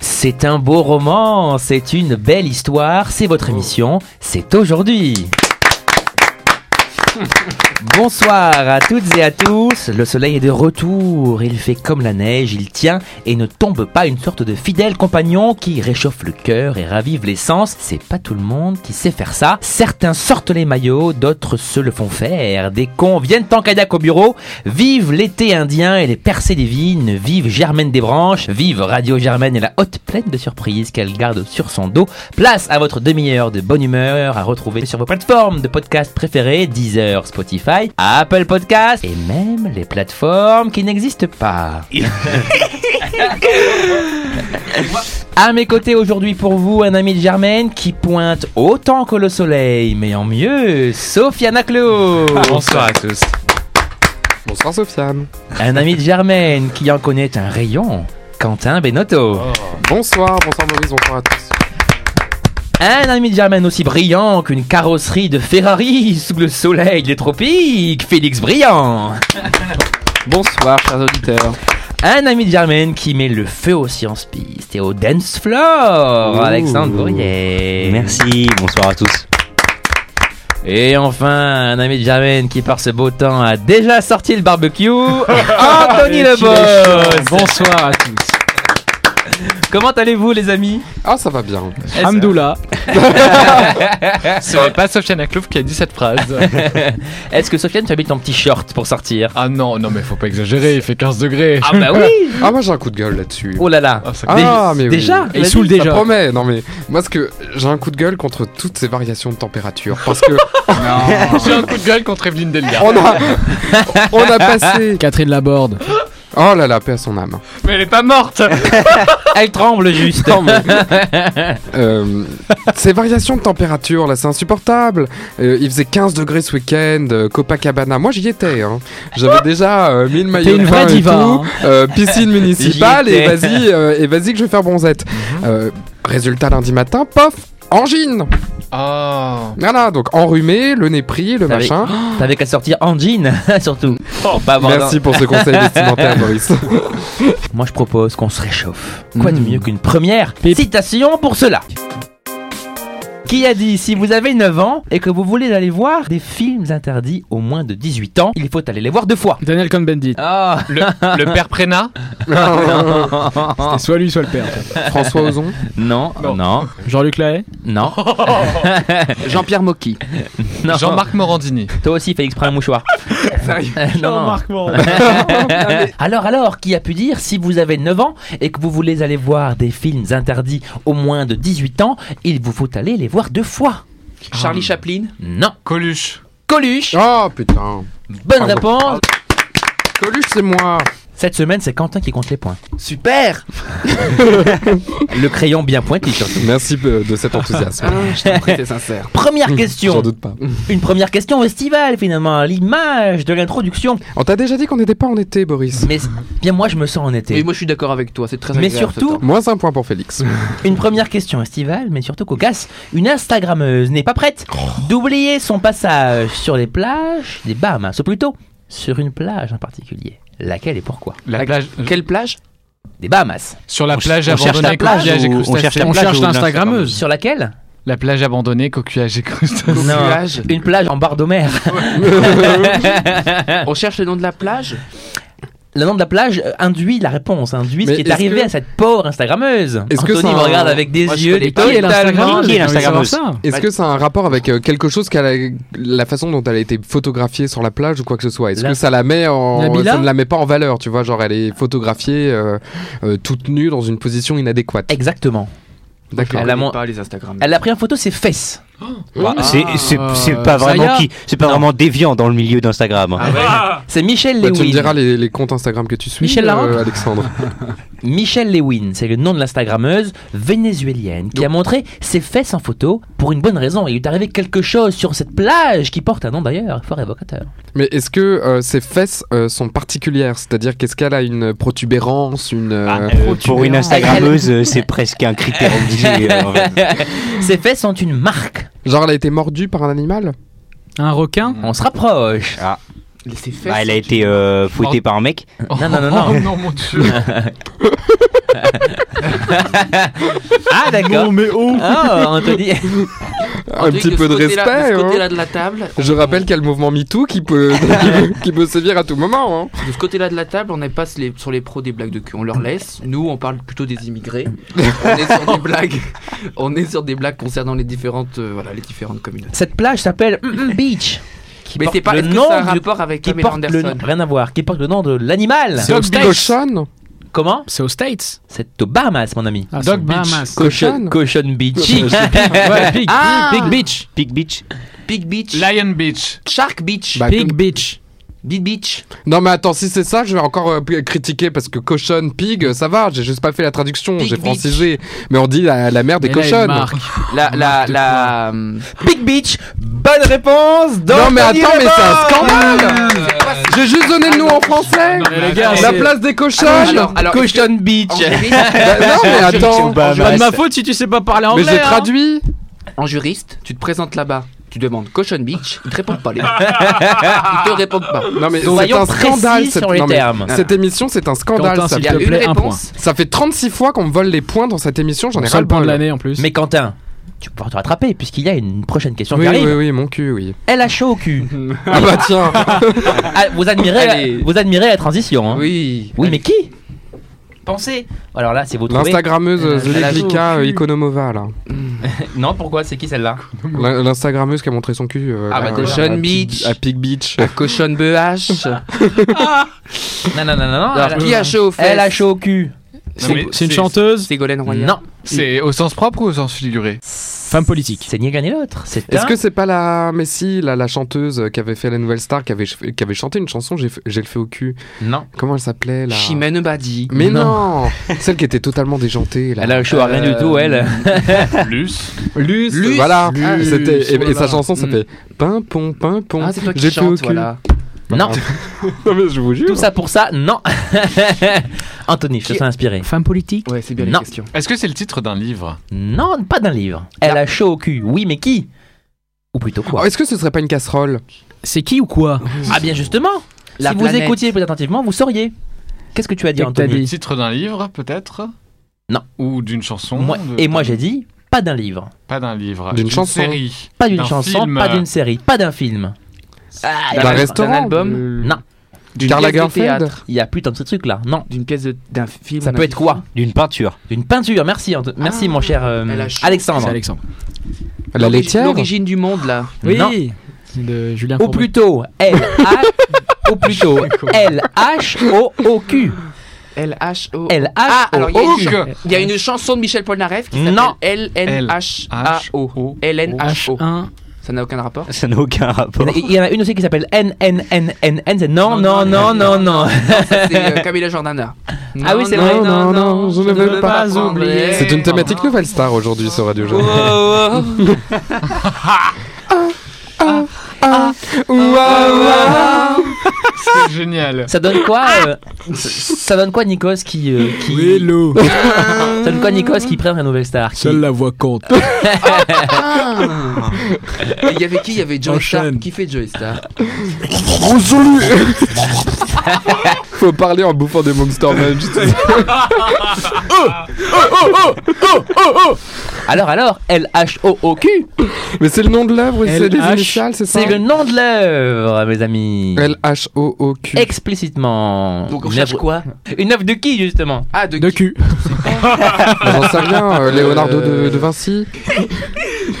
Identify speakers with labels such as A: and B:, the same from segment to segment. A: C'est un beau roman, c'est une belle histoire, c'est votre émission, c'est aujourd'hui. Bonsoir à toutes et à tous. Le soleil est de retour. Il fait comme la neige, il tient et ne tombe pas une sorte de fidèle compagnon qui réchauffe le cœur et ravive les sens. C'est pas tout le monde qui sait faire ça. Certains sortent les maillots, d'autres se le font faire. Des cons viennent en kayak au bureau. Vive l'été indien et les percées des vignes. Vive Germaine des branches. Vive Radio Germaine et la haute plaine de surprises qu'elle garde sur son dos. Place à votre demi-heure de bonne humeur à retrouver sur vos plateformes de podcasts préférées, Deezer, Spotify. Apple Podcast et même les plateformes qui n'existent pas. À mes côtés aujourd'hui pour vous, un ami de Germaine qui pointe autant que le soleil, mais en mieux, Sofiane Clou.
B: Bonsoir à tous.
C: Oh, Bonsoir Sofiane.
A: Un ami de Germaine qui en connaît un rayon, Quentin Benotto.
C: Bonsoir, bonsoir Maurice, bonsoir à tous.
A: Un ami de Germaine aussi brillant qu'une carrosserie de Ferrari sous le soleil des tropiques, Félix Briand.
C: Bonsoir chers auditeurs.
A: Un ami de Germaine qui met le feu aux sciences pistes et au dance floor, Alexandre Bourrier.
D: Merci, bonsoir à tous.
A: Et enfin, un ami de Germaine qui par ce beau temps a déjà sorti le barbecue, Anthony
B: Le
A: Lebos.
B: Bonsoir à tous.
A: Comment allez-vous les amis
C: Ah ça va bien.
B: Hamdoula. Ce n'est pas Sofiane Aklouf qui a dit cette phrase.
A: Est-ce que Sofiane tu habites ton petit short pour sortir
B: Ah non, non mais faut pas exagérer, il fait 15 degrés.
A: Ah bah oui
C: Ah moi j'ai un coup de gueule là-dessus.
A: Oh là là
B: Ah, ça-
C: Ah, mais oui.
A: Déjà
B: Il saoule
C: Je
B: déjà.
C: promets, non mais moi ce que j'ai un coup de gueule contre toutes ces variations de température parce que
B: J'ai un coup de gueule contre Evelyne Delia.
C: on a on a passé
E: Catherine Laborde.
C: oh là là paix à son âme.
B: Mais elle est pas morte.
A: Elle tremble juste
C: Non, mais- Euh, ces variations de température là, c'est insupportable. Euh, il faisait 15 degrés ce week-end, euh, Copacabana. Moi j'y étais. Hein. J'avais déjà euh, mis le maillot
E: T'es une
C: de bain
E: vraie
C: et
E: diva,
C: tout,
E: hein.
C: euh, piscine municipale
A: J'y
C: et
A: étais.
C: vas-y euh, et vas-y que je vais faire bronzette.
E: Mhm.
C: Euh, résultat lundi matin, pof, angine.
B: Oh.
C: Voilà donc enrhumé, le nez pris, le
A: T'avais-
C: machin.
A: T'avais qu'à sortir en jean surtout Pour
E: Ah,
A: pas avoir
C: Merci pour ce conseil vestimentaire Maurice.
A: Moi je propose qu'on se réchauffe. Quoi de mieux qu'une première
E: Hmm. Pip.
A: citation pour cela qui a dit si vous avez 9 ans et que vous voulez aller voir des films interdits aux moins de 18 ans, il faut aller les voir deux fois.
E: Daniel Cohn-Bendit.
A: Ah
B: Le, le père Prena
E: C'était soit lui, soit le père.
C: François Ozon.
A: non, non,
B: Non.
A: non,
E: Jean-Luc Lahaye.
A: non.
C: Jean-Pierre Mocky.
B: Jean-Marc Morandini.
A: Toi aussi Félix prends un mouchoir. Euh, non, non.
E: Morandini.
A: Alors alors, qui a pu dire si vous avez 9 ans et que vous voulez aller voir des films interdits aux moins de 18 ans, il vous faut aller les voir deux fois
F: Charlie Chaplin
A: Non.
B: Coluche.
A: Coluche
C: Oh putain.
A: Bonne
C: Pardon.
A: réponse
C: Coluche c'est moi.
A: Cette semaine, c'est Quentin qui compte les points.
F: Super
A: Le crayon bien pointé surtout.
C: Merci euh, de cet enthousiasme. Ah, je t'en prie, t'es sincère.
A: Première
C: J'en
A: question.
C: doute pas.
A: Une première question estivale finalement, à l'image de l'introduction.
C: On t'a déjà dit qu'on n'était pas en été, Boris.
A: Mais bien moi je me sens en été.
F: Et moi je suis d'accord avec toi, c'est très
A: Mais
F: agréable, ce
A: surtout-
F: temps.
C: Moins un point pour Félix.
A: Une première question estivale, mais surtout cocasse. Une Instagrammeuse n'est pas prête d'oublier son passage sur les plages des Bahamas, ou plutôt sur une plage en particulier. Laquelle et pourquoi
B: La plage.
F: Quelle plage
A: Des Bahamas.
B: Sur la plage
D: on cherche
B: abandonnée
D: la plage
B: coquillage et
D: ou- on
B: crustacés.
D: cherche la
E: On
D: plage
E: cherche
D: ou
E: l'Instagrammeuse.
A: Sur laquelle
B: La plage abandonnée, coquillage et crustacés.
A: Non.
F: Plage
A: Une plage en barre de mer.
F: On cherche le nom de la plage
A: Le nom de la plage euh, induit la réponse, induit
C: Mais
A: ce qui est
C: est-ce
A: arrivé
C: que-
A: à cette pauvre Instagrammeuse.
C: Est-ce que
A: Anthony
C: c'est
A: me
C: un-
A: regarde avec des
F: Moi, je
A: yeux
F: connais pas.
E: Qui est
A: totalement...
E: l'Instagrammeuse
D: Qui est
E: J'ai envie de savoir
D: l'Instagrammeuse
E: ça.
C: Est-ce que ça a un rapport avec euh, quelque chose qu'elle a- la façon dont elle a été photographiée sur la plage ou quoi que ce soit Est-ce
A: La-
C: que ça la met en
E: Nabila
C: ça ne la met pas en valeur, tu vois, genre elle est photographiée euh, euh, toute nue dans une position inadéquate.
A: Exactement.
C: D'accord.
A: Elle
F: Je
A: a
F: connais
A: mon-
F: pas les Instagram.
A: Elle a pris en photo ses fesses.
D: Bah,
F: Ah.
D: c'est- c'est c'est pas
E: Ça y
D: vraiment
E: a.
D: qui, c'est pas
A: Non.
D: vraiment déviant dans le milieu d'Instagram.
F: Ah,
A: C'est Michelle
C: Bah, tu me
A: Lewin.
C: diras les, les comptes Instagram que tu suis, euh,
A: Michel Larocque
C: Alexandre.
A: Michelle Lewin, c'est le nom de l'Instagrammeuse vénézuélienne qui
C: Donc-
A: a montré ses fesses en photo pour une bonne raison. Il lui est arrivé quelque chose sur cette plage qui porte un nom d'ailleurs fort évocateur.
C: Mais est-ce que euh, ses fesses euh, sont particulières C'est-à-dire qu'est-ce qu'elle a une protubérance, une
F: bah,
C: euh,
D: Ah, euh, pour une Instagrammeuse, euh, c'est presque un critère obligé. euh, en fait.
A: ses fesses sont une marque.
C: genre elle a été mordue par un animal
E: Un requin.
A: On se rapproche.
F: Ses fesses.
D: Bah, elle a été euh, fouettée par un mec.
A: Non, non, non, non.
B: Oh non, mon dieu.
A: Ah, d'accord.
E: mais oh
A: Ah, on te dit.
C: Un petit peu de respect.
F: Ah, De ce
C: hein.
F: côté-là de la table.
C: Je
F: on-
C: rappelle qu'il y a le mouvement MeToo qui peut, qui peut, qui peut sévir à tout moment. hein.
F: De ce côté-là de la table, on n'est pas les- sur les pros des blagues de cul. On leur laisse. Nous, on parle plutôt des immigrés. on est sur des blagues. On est sur des blagues concernant les différentes, euh, voilà, les différentes communautés.
A: Cette plage s'appelle Mm, mm, Beach. Qui
F: Mais
A: porte
F: c'est pas
A: le
F: est-ce que
A: nom
F: ça a un
A: du-
F: rapport avec
A: qui
F: Pamela
A: porte le
F: Anderson.
A: nom- rien à voir, qui porte le nom de l'animal.
E: Dog
C: C'est
E: Days.
C: Cochon
A: Comment
E: C'est aux States
A: C'est aux Bahamas, mon ami.
E: ah,
B: Dog
E: c'est
B: Beach.
E: Bahamas.
C: Cochon
A: Cochon Beach.
E: Ouais, Big,
F: Ah
E: Big Beach
D: Big Beach.
F: Big Beach.
B: Lion Beach.
F: Shark Beach.
C: Bah,
E: Big
C: comme-
E: Beach
F: Big Beach.
C: Non mais attends, si c'est ça, je vais encore euh, p- critiquer parce que cochon, pig, ça va, j'ai juste pas fait la traduction,
F: Pig
C: j'ai
F: bitch.
C: francisé. Mais on dit la, la mère des
E: Mais là, il
C: cochonnes.
E: marque.
F: La, la, la. euh,
A: Big Beach. Bonne réponse. donc,
C: Non mais
A: on y
C: attends, mais
A: va.
C: c'est un scandale
F: C'est quoi ce-
C: J'ai juste donné le nom en français
E: mais les gars,
C: La
E: c'est-
C: place des cochonnes
F: Alors, alors,
A: Cochon Beach.
F: En juriste,
C: Bah, Non mais attends,
D: Bah,
E: Pas de ma
D: bah,
E: faute si tu sais pas parler anglais
C: mais j'ai
E: hein.
C: traduit
F: en juriste, tu te présentes là-bas, tu demandes Cochon Beach, ils te répondent pas les gars.
E: hein.
F: Ils te répondent pas.
C: Non mais c'est
A: Soyons
C: un
A: précis
C: scandale cette...
A: sur les
C: non, mais
A: termes.
C: cette émission, c'est un scandale.
E: Quentin,
C: Ça,
E: s'il
F: Il
E: te
F: y a
E: plaît.
F: une
E: un
F: réponse.
C: ça fait 36 fois qu'on me vole les points dans cette émission, j'en ai
E: C'est
C: ras
E: le
C: le
E: point de
C: bol.
E: l'année en plus.
A: Mais Quentin, tu pourras te rattraper puisqu'il y a une prochaine question
C: Oui,
A: qui
C: oui,
A: arrive.
C: oui, mon cul, oui.
A: Elle a chaud au cul.
C: Ah bah tiens,
A: Ah, vous admirez,
F: Allez.
A: vous admirez la transition. hein.
F: Oui.
A: Oui, mais qui Pensez. Alors là, c'est vous trouvez.
C: l'instagrammeuse
A: Elle a-
C: Zleglika euh, Ikonomova là.
A: Non, pourquoi C'est qui celle-là
C: L'in- L'instagrammeuse qui a montré son cul. euh,
F: Ah
C: là,
F: bah
C: à
F: Cochon
C: Pig-
F: Beach, Ah,
C: À Pig Beach.
F: Cochon BH.
A: Non, non, non, non.
F: Alors,
A: elle,
F: qui a chaud aux fesses
A: elle a chaud au cul.
B: Non,
E: C'est
B: mais
E: c'est une chanteuse,
F: Ségolène Royal.
A: Non.
B: C'est au sens propre ou au sens figuré
E: femme politique.
A: C'est ni un ni l'autre. C'est
C: Est-ce
A: un-
C: que c'est pas la Messi, la, la chanteuse euh, qui avait fait la nouvelle star, qui avait, ch- qui avait chanté une chanson, j'ai f- j'ai le fait au cul.
A: non.
C: Comment elle s'appelait là
F: Chimène Badi.
C: Mais non, Celle qui était totalement déjantée là.
A: Elle a chaud à rien
F: Euh,
A: du tout, elle.
B: Plus.
C: Luce,
F: Luce.
C: Voilà,
F: Luce.
C: Ah, c'était- et, et
F: Voilà.
C: sa chanson ça
F: Mm.
C: fait Pimpon, pimpon.
F: Ah, c'est toi
C: j'ai
F: qui
C: fait au
F: chantes,
C: cul.
F: voilà.
A: Non.
C: Non, mais je vous jure.
A: Tout ça pour ça, non. Anthony, je te
F: Qui-
A: sens inspiré.
E: Femme politique
F: Ouais, c'est bien les
A: Non.
F: questions.
B: Est-ce que c'est le titre d'un livre
A: Non, pas d'un livre. Elle a chaud au cul. Oui, mais qui Ou plutôt
C: Oh,
A: quoi
C: Est-ce que ce serait pas une casserole
E: C'est qui ou quoi
A: Ah bien justement.
F: La
A: si vous
F: planète.
A: écoutiez plus attentivement, vous sauriez. Qu'est-ce que tu as dit,
E: Qu'est-ce que t'as
A: Anthony
E: Oui.
B: Le titre d'un livre, peut-être
A: Non.
B: Ou d'une chanson
A: Moi-
B: de-
A: Et moi j'ai dit pas d'un livre,
B: Pas d'un livre.
C: D'une chanson.
B: série.
A: pas d'une
B: D'un
A: chanson,
B: film,
A: pas
B: euh,
A: d'une série, pas d'un film. Ah,
C: D'un
F: D'un
C: restaurant Euh,
F: album
A: Non.
C: D'une
F: pièce
C: Carla
F: de
C: Lagerfeld
F: théâtre.
A: Il y a plus tant de trucs là. Non.
F: D'une pièce de- d'un film.
A: Ça
F: d'un
A: peut être quoi
D: D'une peinture.
A: D'une peinture. Merci, Anto- merci mon cher euh,
F: elle a chaud.
C: Ah,
E: C'est
A: Alexandre.
E: Alexandre.
C: La
F: L'origine-
C: laitière
F: L'origine du monde, là.
A: Non.
E: Oui De Julien
A: Ou
E: Courbet.
A: plutôt L A. ou plutôt L H O O Q.
F: L-H-O.
A: L
F: Ah,
A: H O
F: alors il y a
A: O
F: une
A: Q.
B: Augue.
F: Il y a une chanson de Michel Polnareff qui
A: Non.
F: s'appelle LNHAO.
B: H-O.
F: LNHO.
E: H1.
F: Ça n'a aucun rapport.
D: Ça n'a aucun rapport.
A: Il y en a une aussi qui s'appelle N N N N N. c'est Non non non non non.
F: Ça, C'est euh, Camila Jordana.
A: Ah oui, c'est
F: Non,
A: vrai.
C: non,
F: non,
C: non, je ne veux
F: pas
C: pas
F: prendre
E: oublier.
F: les-
C: C'est une thématique nouvelle star aujourd'hui sur Radio
F: Oh,
C: Jeune.
F: oh, oh. Oh,
B: C'est génial.
A: Ça donne quoi euh, Ça donne quoi Nikos qui euh, qui
E: Hello
A: Ça donne quoi Nikos qui prend la nouvelle star qui-
E: Seule la voix compte.
F: Et Il y avait qui Il y avait Joy Star.
E: Enchaîne.
F: Qui fait Joy Star
C: Faut parler en bouffant des Monster Munch. Oh,
A: Alors alors L H O O Q,
C: Mais c'est le nom de l'œuvre, c'est des
E: LH,
C: initiales, c'est ça
A: c'est le nom de l'œuvre, mes amis.
C: L-H-O-O-Q.
A: Explicitement.
F: Donc on
A: Une
F: cherche
A: œuvre-
F: quoi
A: Une œuvre de qui justement
F: Ah, de,
E: De
F: qui
E: cul.
C: J'en sais rien, euh, Leonardo de, de Vinci.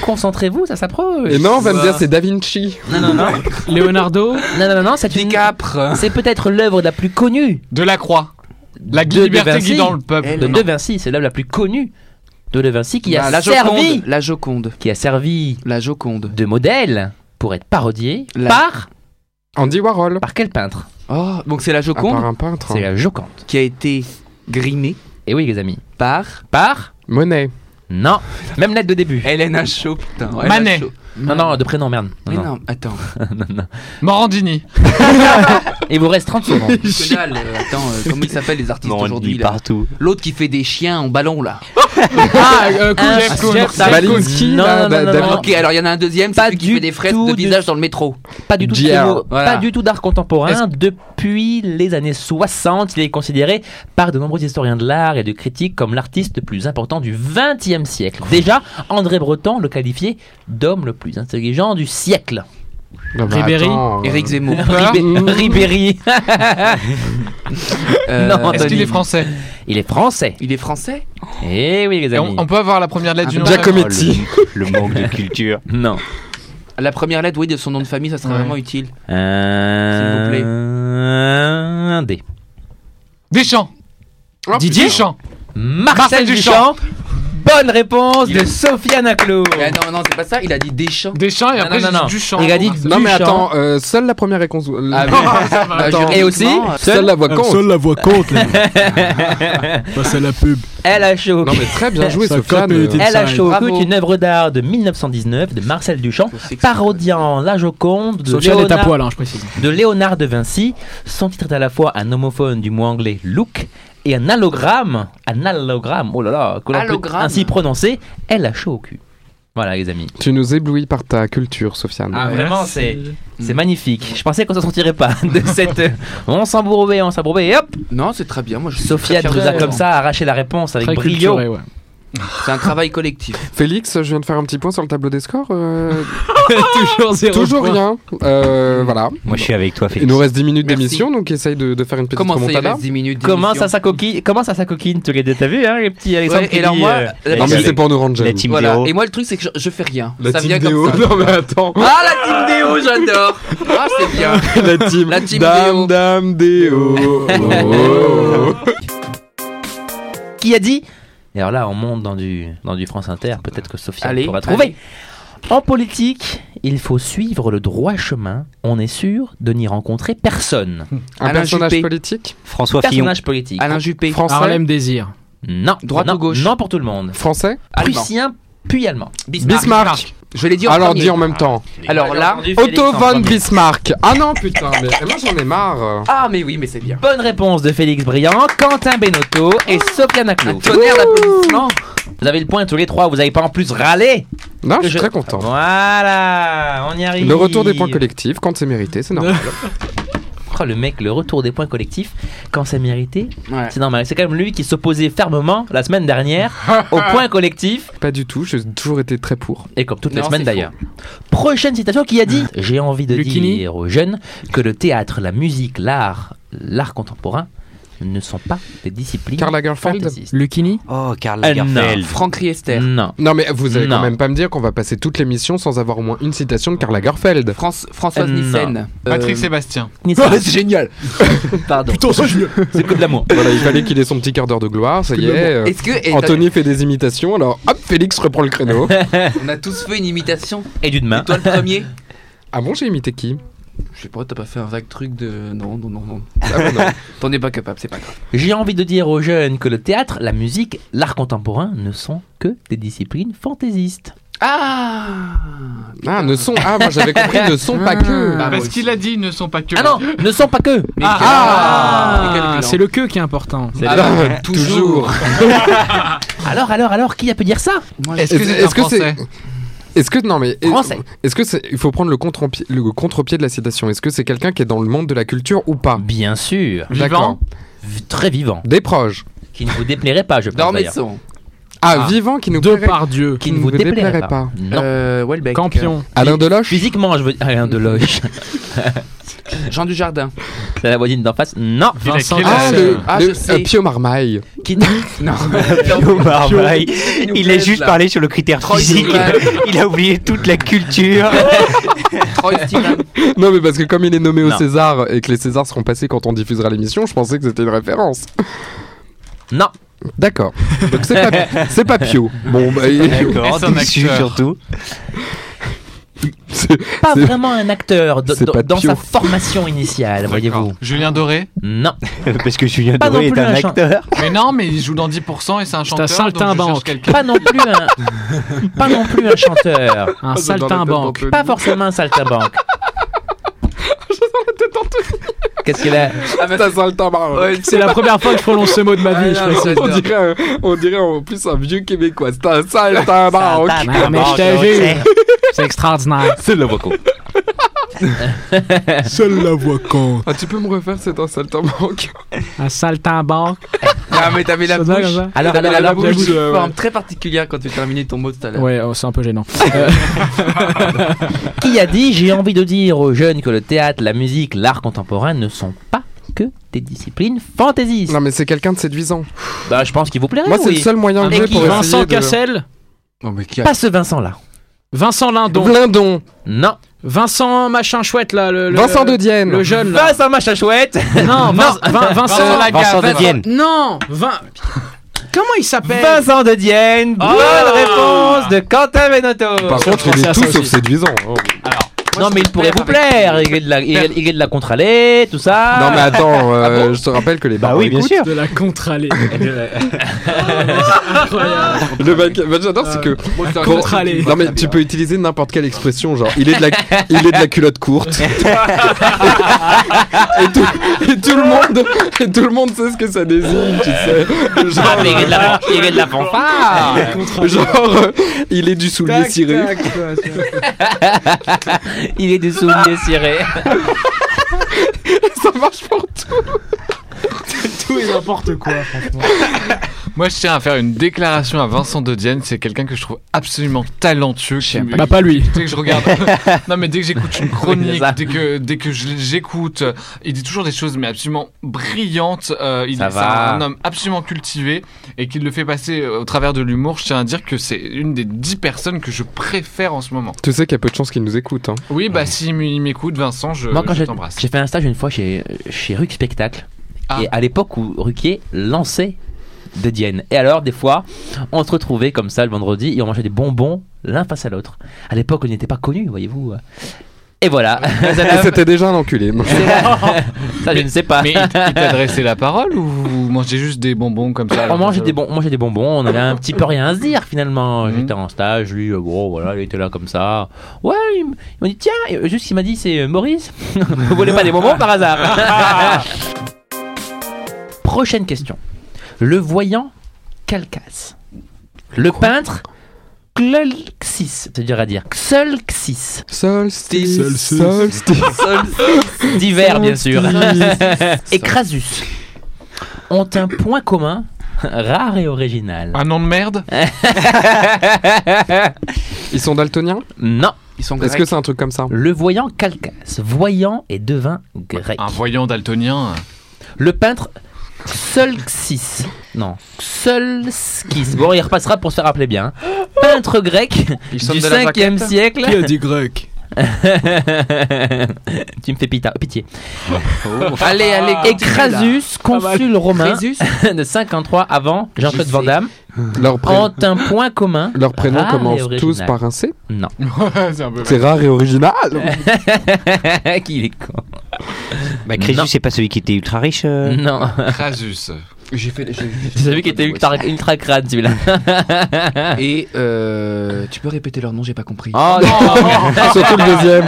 A: Concentrez-vous, ça s'approche.
C: Et non, on va me dire c'est Da Vinci.
A: Non non non.
E: Leonardo
A: Non non non, non, c'est une
F: Décapre.
A: C'est peut-être l'œuvre la plus connue
B: De la croix. La
A: de De
B: liberté
A: Vinci.
B: guidant le peuple.
A: De
B: Non.
A: De Vinci, c'est l'œuvre la plus connue de De Vinci qui a
F: Bah, la
A: servi
F: Joconde. La Joconde.
A: qui a servi
F: La Joconde.
A: de modèle pour être parodié
F: La-
A: par
C: Andy Warhol.
A: par quel peintre
F: Oh, donc c'est la
C: À part
F: Joconde
C: un peintre.
A: C'est la Joconde.
F: qui a été grimée
A: Et oui les amis,
F: par
A: par
C: Monet.
A: Non, même lettre de
F: Eh,
A: début.
F: LNHO. Putain, LNHO.
B: Manet.
A: Non, non, de prénom, merde. Non,
F: Mais
A: non.
F: non, attends.
B: Morandini.
A: Il vous reste 30 secondes.
F: Que dalle, euh, attends, euh, comment ils s'appellent les artistes
D: Non, on dit
F: aujourd'hui là
D: partout.
F: L'autre qui fait des chiens en ballon là.
E: Ah, euh,
A: Un
E: Jeff Koons.
A: chef
C: Balinski,
A: Non,
C: là,
A: non, non,
C: da-
A: non,
C: da-
A: non, non.
F: Ok, alors il y en a un deuxième,
A: Pas
F: c'est celui qui
A: du
F: fait des fresques
A: tout
F: de
A: du-
F: visage dans le métro.
A: Pas du tout, de
C: JR,
A: créneau,
F: voilà.
A: pas du tout d'art contemporain.
B: Est-ce-
A: Depuis les années 60, il est considéré par de nombreux historiens de l'art et de critiques comme l'artiste le plus important du XXe siècle. Déjà, André Breton le qualifiait d'homme le plus intelligent du siècle.
C: Ah bah,
E: Ribéry.
C: attends, euh,
F: Éric Zemmour.
A: Ribé- Ribéry,
F: Euh,
A: Non,
B: Est-ce qu'il
A: Anthony.
B: est français
A: il est français.
F: Il est français
A: Eh oui, les
B: Et
A: amis. Ah,
B: on, on peut avoir la première lettre du nom de
C: Giacometti.
B: famille
D: Oh, le, le manque de culture.
A: Non.
F: La première lettre, oui, de son nom de famille, ça serait
B: Ouais.
F: vraiment utile.
A: Euh,
F: vous plaît.
A: Un dé.
B: Deschamps.
C: Oh,
B: Didier Deschamps.
A: Marcel,
B: Marcel
A: Duchamp. Bonne réponse
F: Il
A: de
F: est-
A: Sofiane Aclo.
F: Ah non, non, c'est pas ça, il a dit Deschamps.
B: Deschamps et
A: Non,
B: après
A: non,
B: j'ai
A: non.
B: dit Duchamp. Bah,
A: Il a dit
C: Non mais
A: Duchamp.
C: attends, euh, seule la première est cons-
F: Ah,
C: la-
F: oui.
C: Attends.
A: Et aussi,
C: Seule la voix compte.
E: Seule la voix compte, là. Passe à la pub.
A: elle a chaud.
C: Non mais très bien joué
E: Ça
C: Sofiane.
E: cope et était-
A: Elle a
E: Sarah,
A: chaud
F: bravo.
A: est une œuvre d'art de 1919 de Marcel Duchamp,
F: Je sais que
A: parodiant la Joconde de
E: Sofiane est à
A: Léonard,
E: poil, hein, je précise.
A: de Léonard de Vinci. Son titre est à la fois un homophone du mot anglais look et un allogramme, un allogramme, oh là là, que l'on peut
F: Allogramme.
A: ainsi prononcé, elle a chaud au cul. Voilà les amis,
C: Tu nous éblouis par ta culture Sofiane.
A: Ah, vraiment, c'est- c'est
F: Mm.
A: magnifique. Je pensais qu'on s'en sortirait pas de cette... euh, on s'embourbait, on s'embourbait, et hop
F: Non, c'est très bien. Moi, je suis
A: Sofiane
F: très hein.
A: nous
F: fier
A: a
F: de
A: comme
F: moi.
A: ça arraché la réponse avec
E: Très
A: brio.
E: culturé, ouais.
F: C'est un travail collectif.
C: Félix, je viens de faire un petit point sur le tableau des scores. euh,
E: Toujours zéro.
C: toujours
E: point.
C: rien. Euh, voilà.
D: Moi, je suis avec toi,
C: Il
D: Félix.
C: nous reste 10 minutes
F: Merci.
C: d'émission, donc essaye de, de faire une petite
F: Comment ça, il
C: remontada.
F: reste 10 minutes
A: Comment ça,
F: d'émission
A: ça coquine, comment ça, ça coquine tous les deux T'as vu, hein, les petits Alexandre
F: Ouais,
A: qui
F: et alors
A: dit,
F: moi,
A: euh,
F: la-
C: Non
D: Allez,
C: mais
D: allez.
C: c'est pour nous rendre jaloux.
D: La team
F: Voilà.
D: Déo.
F: Et moi, le truc, c'est que je, je fais rien.
C: La
F: ça
C: team
F: vient
C: Déo.
F: comme ça.
C: Non mais attends.
F: Ah, la team Déo, j'adore Ah, c'est bien
C: la team.
F: La team Déo.
C: Dame, dame, Déo. Oh.
A: qui a dit Et alors là, on monte dans du, dans du France Inter, peut-être que Sophia
F: Allez,
A: pourra
F: allez.
A: trouver. En politique, il faut suivre le droit chemin, on est sûr de n'y rencontrer personne.
C: Un
F: Alain
C: personnage
F: Juppé.
C: politique
D: François Fillon.
A: Personnage politique.
F: Alain Juppé.
C: Français
E: Harlem Désir.
A: Non,
F: Droite
A: non,
F: ou gauche
A: Non pour tout le monde.
C: Français
F: Allemand.
A: Prussien puis allemand.
F: Bismarck.
C: Bismarck.
F: Je l'ai dit en
C: Alors
F: premier.
C: dis en même temps.
F: Alors là,
C: Otto von Bismarck. Ah non putain, mais mais moi j'en ai marre.
F: Ah, mais oui, mais c'est bien.
A: Bonne réponse de Félix Briand, Quentin Benotto et Sofiane
F: Un
A: Aclo.
F: tonnerre d'applaudissements.
A: Vous avez le point tous les trois, vous n'avez pas en plus râlé.
C: Non,
A: Je- Ah,
C: je suis très content.
A: Voilà, on y arrive.
C: Le retour des points collectifs, quand c'est mérité, c'est normal.
A: Oh, le mec, le retour des points collectifs, quand c'est mérité,
F: Ouais.
A: C'est normal, c'est quand même lui qui s'opposait fermement la semaine dernière au point collectif,
C: Pas du tout, j'ai toujours été très pour.
A: et comme toutes les
F: Non,
A: semaines
F: c'est faux. Ah.
A: d'ailleurs. Prochaine citation qui a dit J'ai envie de
E: Lucchini.
A: dire aux jeunes que le théâtre, la musique, l'art, l'art contemporain ne sont pas des disciplines
C: Karl Lagerfeld
A: fantaisistes.
E: Lucini.
D: Oh, Karl
A: Ah, non.
D: Lagerfeld.
F: Franck Riester.
A: Non.
C: Non mais vous allez
A: Non.
C: quand même pas me dire qu'on va passer toute l'émission sans avoir au moins une citation de Karl Lagerfeld.
F: France, Françoise
A: Euh,
F: Nissen.
B: Patrick
F: Euh,
B: Sébastien.
A: Pardon,
F: génial
A: c'est que de l'amour.
C: Voilà, il fallait qu'il ait son petit quart d'heure de gloire, ça y est. euh,
F: Est-ce que et
C: Anthony fait des imitations, alors hop, Félix reprend le créneau.
F: t'as- on a tous fait une imitation
A: Et d'une main.
F: Et toi le premier
C: ah bon, j'ai imité qui
F: Je sais pas, t'as pas fait un vague truc de non non non non.
C: Ah bon, non.
F: T'en es pas capable, c'est pas grave.
A: J'ai envie de dire aux jeunes que le théâtre, la musique, l'art contemporain ne sont que des disciplines fantaisistes.
F: Ah
C: Ah, ne sont. Ah, moi j'avais compris, ne sont pas que.
F: Ah,
B: Parce
F: oui.
B: qu'il a dit, ne sont pas que.
A: Ah non, ne sont pas que
F: Mais
B: Ah,
F: quel-
E: Ah,
F: mais quel
E: c'est le que qui est important.
F: bilan. Ah, bah, toujours.
A: ah. Alors, alors, alors, qui a pu dire ça
F: Moi,
B: Est-ce
F: je-
B: que c'est un
C: Est-ce que c'est.
B: français
C: Est-ce que non mais est-
A: Français.
C: est-ce que c'est il faut prendre le contre le contre-pied de la citation est-ce que c'est quelqu'un qui est dans le monde de la culture ou pas
A: Bien sûr,
B: Vivant.
C: D'accord.
A: V- très vivant,
C: Des proches.
A: qui ne vous déplairait pas, je pense.
F: Dormez
A: d'ailleurs.
F: son.
C: Ah,
B: Ah.
C: vivant qui nous
E: De
C: plairait.
E: par Dieu.
A: qui ne vous déplairait pas. Non.
F: Euh, Welbeck.
E: Campion.
C: Alain Deloche.
A: Physiquement, je veux dire. Alain Deloche.
F: Euh, Jean du Jardin.
A: C'est la voisine d'en face. Non.
B: Il a
E: Vincent
B: quel
C: Ah,
B: âge
C: le,
F: Ah,
C: le-
F: je sais.
C: euh, Pio Marmaille.
A: Qui...
F: Non.
D: Pio Marmaille.
F: nous
D: Il a
F: plaise,
D: juste
F: là.
D: parlé sur le critère
F: Troy
D: physique.
F: Sivan.
D: Il a oublié toute la culture.
F: Troy Sivan.
C: Non, mais parce que comme il est nommé
A: Non.
C: au César et que les Césars seront passés quand on diffusera l'émission, je pensais que c'était une référence.
A: Non.
C: D'accord. Donc c'est pas, c'est pas Pio. Bon, bah, il-
D: D'accord,
B: Est-ce un
D: déçu
B: acteur
D: surtout.
C: c'est-
A: Pas
C: C'est-
A: vraiment un acteur d-
C: C'est
A: d-
C: pas
A: dans
C: Pio.
A: sa formation initiale, voyez-vous.
B: D'accord. Julien Doré.
A: Non.
D: Parce que Julien
A: Pas
D: Doré
A: non
D: est
A: plus
D: un
A: un chant-
D: acteur.
B: Mais non, mais il joue dans 10% et c'est un chanteur. donc je
E: saltimbanque.
B: cherche quelqu'un.
A: Pas non plus un. Pas non plus un chanteur.
E: Un
C: dans la tête
E: saltimbanque.
C: d'Anthony.
A: Pas forcément un saltimbanque. Qu'est-ce qu'elle a
F: Ah, bah,
C: Ça sent le tabac.
F: ouais,
E: C'est la première fois que je prononce ce mot de ma vie,
F: Ah,
E: je
F: non,
E: précise.
C: On dirait, un- on dirait en plus un vieux québécois. C'est un sale tabac.
E: Ah, mais je te jure, c'est extraordinaire.
A: C'est le voco.
E: Seule la voix compte.
C: Ah, tu peux me refaire cet insaltambanque
E: Un saltimbanque.
F: Ah, mais t'avais la
E: Ça
F: bouche.
E: doit comme ça
A: Alors,
F: T'avais
A: alors,
F: la
A: alors,
F: bouche
E: bouche,
F: d'une
E: euh,
F: forme très particulière quand tu terminais ton mot tout à l'heure.
E: Ouais, oh, c'est un peu gênant.
A: qui a dit J'ai envie de dire aux jeunes que le théâtre, la musique, l'art contemporain ne sont pas que des disciplines fantaisistes.
C: Non, mais c'est quelqu'un de séduisant.
A: Bah, je pense qu'il vous plairait.
C: Moi, c'est
A: oui.
C: le seul moyen que
E: Et
C: j'ai
E: qui
C: pour
E: Vincent
C: essayer de...
E: Cassel,
F: Non, mais qui a-
A: Pas ce Vincent-là.
E: Vincent Lindon,
C: Blindon.
A: Non.
E: Vincent machin chouette là, le, le-
C: Vincent de Dienne.
E: le jeune là.
A: Vincent Machin Chouette.
E: Non, Vin- Vin- Vincent.
D: Vincent de Dienne.
E: Non, Vin- Comment il s'appelle
A: Vincent de Dienne. Bonne réponse de Quentin Benotto.
C: Par contre,
E: pensais
C: il
E: à
C: est
E: ça
C: tout sauf
E: aussi.
C: séduisant. Oh.
A: Non, mais il pourrait vous plaire. Il est de la, il est- il est de la contre-allée, tout ça.
C: Non, mais attends, euh, je te rappelle que les
D: Bah
C: barons
D: oui, bien
C: écoutent.
D: sûr.
E: De la contre-allée.
C: Le mec, bah, j'adore, c'est que.
F: Moi, je t'aurais-
C: quand-
E: contre-allée.
C: Non, mais tu peux utiliser n'importe quelle expression, genre il est de la, il est de la culotte courte. et, tout, et tout le monde, et tout le monde sait ce que ça désigne, tu sais. Genre,
A: Ah, mais il est de la, il est de la fanfare.
C: genre, euh, il est du soulier ciré.
A: Il est de souliers cirés.
C: Ça marche pour tout.
E: Tout et n'importe quoi, franchement.
B: Moi, je tiens à faire une déclaration à Vincent de Dienne. C'est quelqu'un que je trouve absolument talentueux. qui-
E: Bah, pas lui.
B: Dès que je regarde, non mais dès que j'écoute une
A: Oui, c'est
B: chronique,
A: ça.
B: dès que dès que je- j'écoute, euh, il dit toujours des choses mais absolument brillantes. euh, il
A: Ça
B: c'est
A: va.
B: un homme absolument cultivé et qu'il le fait passer euh, au travers de l'humour. Je tiens à dire que c'est une des dix personnes que je préfère en ce moment.
C: Tu sais qu'il y a peu de chances qu'il nous écoute. Hein.
B: Oui, bah s'il m- il m'écoute, Vincent, je,
A: Moi, quand
B: Euh, je
A: j'ai
B: t'embrasse.
A: j'ai fait un stage une fois chez, chez Ruc Spectacle,
B: Ah.
A: et à l'époque où Ruquier lançait de Dienne. Et alors, des fois, on se retrouvait comme ça le vendredi et on mangeait des bonbons l'un face à l'autre. À l'époque, on n'était pas connus, voyez-vous. Et voilà. Euh,
C: Et c'était déjà un enculé.
A: C'est là. ça, je ne sais pas.
B: Mais il il t'a adressé la parole ou vous mangez juste des bonbons comme ça euh,
A: On mangeait, des bon, on mangeait des bonbons, on avait un petit peu rien à se dire finalement.
B: Mhm.
A: J'étais en stage, lui, euh, bon, voilà, il était là comme ça. Ouais, il m- il m'a dit, tiens, et, euh, juste il m'a dit, c'est euh, Maurice, vous voulez pas des bonbons par hasard Prochaine question. Le voyant Calcas. Le peintre Clolxis, c'est dur à dire. Xolxis.
C: Solstice,
E: Solstice.
C: solstice.
A: Divers, bien sûr. et Crasus ont un point commun rare et original.
B: Un nom de merde
C: Ils sont daltoniens
A: Non.
F: Ils sont
C: Est-ce que
F: grecs.
C: c'est un truc comme ça
A: Le voyant Calcas, voyant et devin grec.
F: Ah
B: Un voyant daltonien
A: Le peintre Xolxis. Non, Xolskis. Bon, il repassera pour se faire appeler bien. Peintre grec
F: Ils sont
A: du
F: de
A: 5e
F: la jaquette
A: siècle.
E: Qui a dit grec
A: tu me fais pita- pitié.
F: Allez, allez,
A: Et
F: Oh. Ah. continue, là.
A: Crasus, consul romain
F: Crésus
A: de 53 avant Jean-Claude
F: Je
A: Van
F: sais.
A: Damme,
C: Leur, pré-
A: ont un point commun.
C: leur prénom
A: Oh. rare et
C: commence tous
A: original.
C: par un C
A: Non,
B: C'est un peu
C: C'est rare et original
A: qu'il est con.
D: Bah,
A: Non. Mhm.
D: Crésus, c'est pas celui qui était ultra riche. euh
A: Non,
B: Crasus.
F: J'ai fait. j'ai- j'ai-
A: c'est celui qui était ultra, ultra crade celui-là.
F: Et euh, tu peux répéter leur nom, j'ai pas compris.
A: Oh non
C: Surtout le deuxième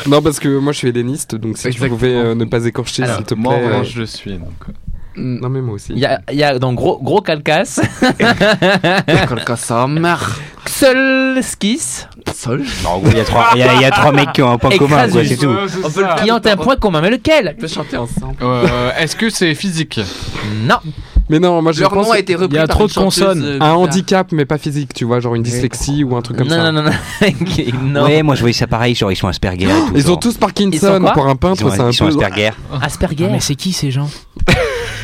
C: Non, parce que moi je suis helléniste, donc si
F: Exactement.
C: tu pouvais euh, ne pas écorcher, s'il te plaît.
B: Moi, en
C: euh,
B: revanche, je le suis. donc.
F: Mm.
C: Non, mais moi aussi.
A: Il y a, il y a dans gros, gros Calcas,
F: Quelqu'un ça marre.
A: Xolskis,
F: Sol.
D: Non, il y a trois- il y, a- il y a trois mecs qui ont un point
A: Et
D: commun, quoi,
A: Crésus.
D: c'est tout.
C: Ah.
A: qui ont un point commun, mais lequel
F: On peut chanter ensemble.
B: Euh, Est-ce que c'est physique
A: Non,
C: Mais non, moi je
F: Leur
C: pense
F: nom a été repris
E: Il y a
F: par
E: trop
F: une
E: de consonnes.
F: chanteuse,
C: à
F: euh,
C: un
F: bizarre.
C: handicap, mais pas physique, tu vois, genre une dyslexie ou un truc comme
A: non,
C: ça.
A: non, non, non, non.
D: Ouais, moi je voyais ça pareil, genre ils sont Asperger. et tout,
C: Ils ont
D: genre.
C: tous
A: Ils sont
C: Parkinson
A: quoi
C: pour un
D: Ils
C: peintre,
D: sont,
C: c'est un
D: ils sont
C: peu.
D: Asperger.
A: Asperger.
E: Ah, mais c'est qui ces gens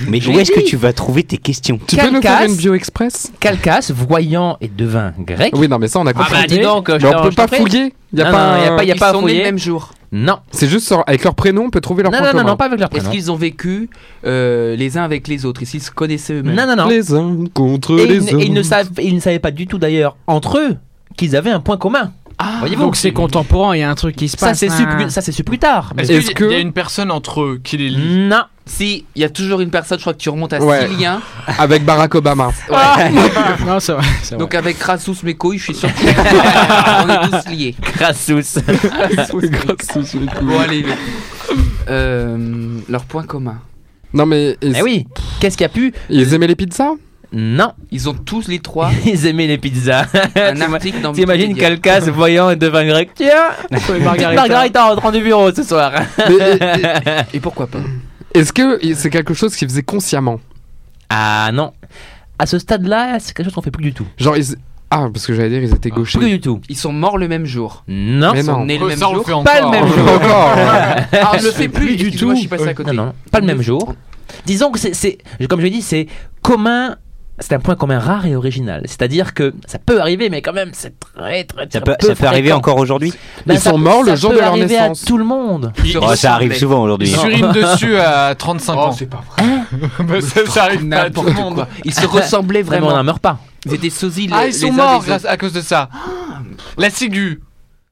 D: Mais
A: Je
D: où
A: l'ai
D: est-ce que
A: dit.
D: tu vas trouver tes questions
C: Tu peux nous
A: Calcas.
C: faire une bio express
A: Calcas, voyant et devin grec.
C: Oui, non, mais ça on a
A: Ah
C: compris.
A: bah dis donc, je
C: mais
A: t'en-
C: on peut
A: je
C: pas
A: t'en prie.
C: fouiller. Y a
A: Non,
C: pas.
A: non, y a
C: un-
A: pas- y a
F: Ils
A: pas à
F: sont nés
A: fouiller.
F: le même jour.
A: Non,
C: C'est juste sur- avec leur prénom, on peut trouver leur
A: non,
C: point
A: non, non,
C: commun.
A: non, pas avec leur
F: Est-ce
A: prénom.
F: qu'ils ont vécu euh, les uns avec les autres Est-ce qu'ils se connaissaient eux-mêmes
A: Non, non, non.
C: Les uns contre
A: Et
C: les
A: ils,
C: autres.
A: et ils ne savent, ils ne savaient pas du tout d'ailleurs entre eux qu'ils avaient un point commun. Voyez-vous
E: Donc c'est contemporain, il y a un truc qui se
A: Ça
E: passe.
A: c'est su
E: hein.
A: plus, ça, c'est su plus tard.
B: Est-ce
C: Est-ce
B: qu'il y a- il y
C: que-
B: a une personne entre eux qui les lit
A: Non.
F: Si, il y a toujours une personne, je crois que tu remontes à
C: Ouais.
F: Cilien.
C: Avec Barack Obama.
E: Non, c'est vrai. c'est vrai.
F: Donc avec Rasus mes couilles, je suis sûr qu'on est tous liés.
A: Crassus.
F: Bon allez. Euh, leur point commun.
C: Non mais ils,
A: Eh oui. Qu'est-ce qu'il y a pu
C: ils aimaient les pizzas
A: Non.
F: Ils ont tous les trois
A: Ils aimaient les pizzas.
F: un article dans
A: T'imagines
F: Wikipédia.
A: quelqu'un se voyant et deviendrait Tiens,
E: Margarita.
A: Margarita. Margarita en rentrant du bureau ce soir.
C: Mais,
F: Et pourquoi pas
C: Est-ce que c'est quelque chose qu'ils faisaient consciemment
A: Ah non. À ce stade-là, c'est quelque chose qu'on fait plus du tout.
C: Genre ils... Ah parce que j'allais dire ils étaient gauchers.
A: Plus du tout.
F: Ils sont morts le même jour.
A: Non.
C: Mais
F: Ils sont
C: non.
F: nés le même
B: Ça, on le
F: jour.
B: fait encore.
A: Pas le même jour.
C: Encore.
F: Ah, on ne le fait plus du tout. Je suis passé à côté.
A: Non, non, pas le même jour. Disons que c'est- c'est, comme je l'ai dit, c'est commun. C'est un point commun rare et original. C'est-à-dire que ça peut arriver, mais quand même, c'est très, très, très
D: Ça peut,
A: peu
D: ça peut arriver
A: fréquent.
D: encore aujourd'hui
A: Ben,
C: Ils
A: ça
C: sont
A: peut-
C: morts le
A: ça
C: jour
A: peut
C: de leur
A: arriver
C: naissance.
A: à tout le monde.
F: Ils
D: Oh, Ça arrive souvent
B: Ils
D: aujourd'hui.
B: surinent dessus à 35
F: Oh,
B: ans.
F: c'est pas vrai.
B: Bah, ça, ça arrive pas à tout le
F: N'importe
B: monde.
F: quoi. Ils se ressemblaient
A: Vraiment, on n'en
F: vraiment.
A: meurt pas.
F: Ils étaient sosies.
B: Ah,
F: les-
B: ils
F: les
B: sont
F: uns
B: morts
F: des autres.
B: grâce- à cause de ça. La ciguë.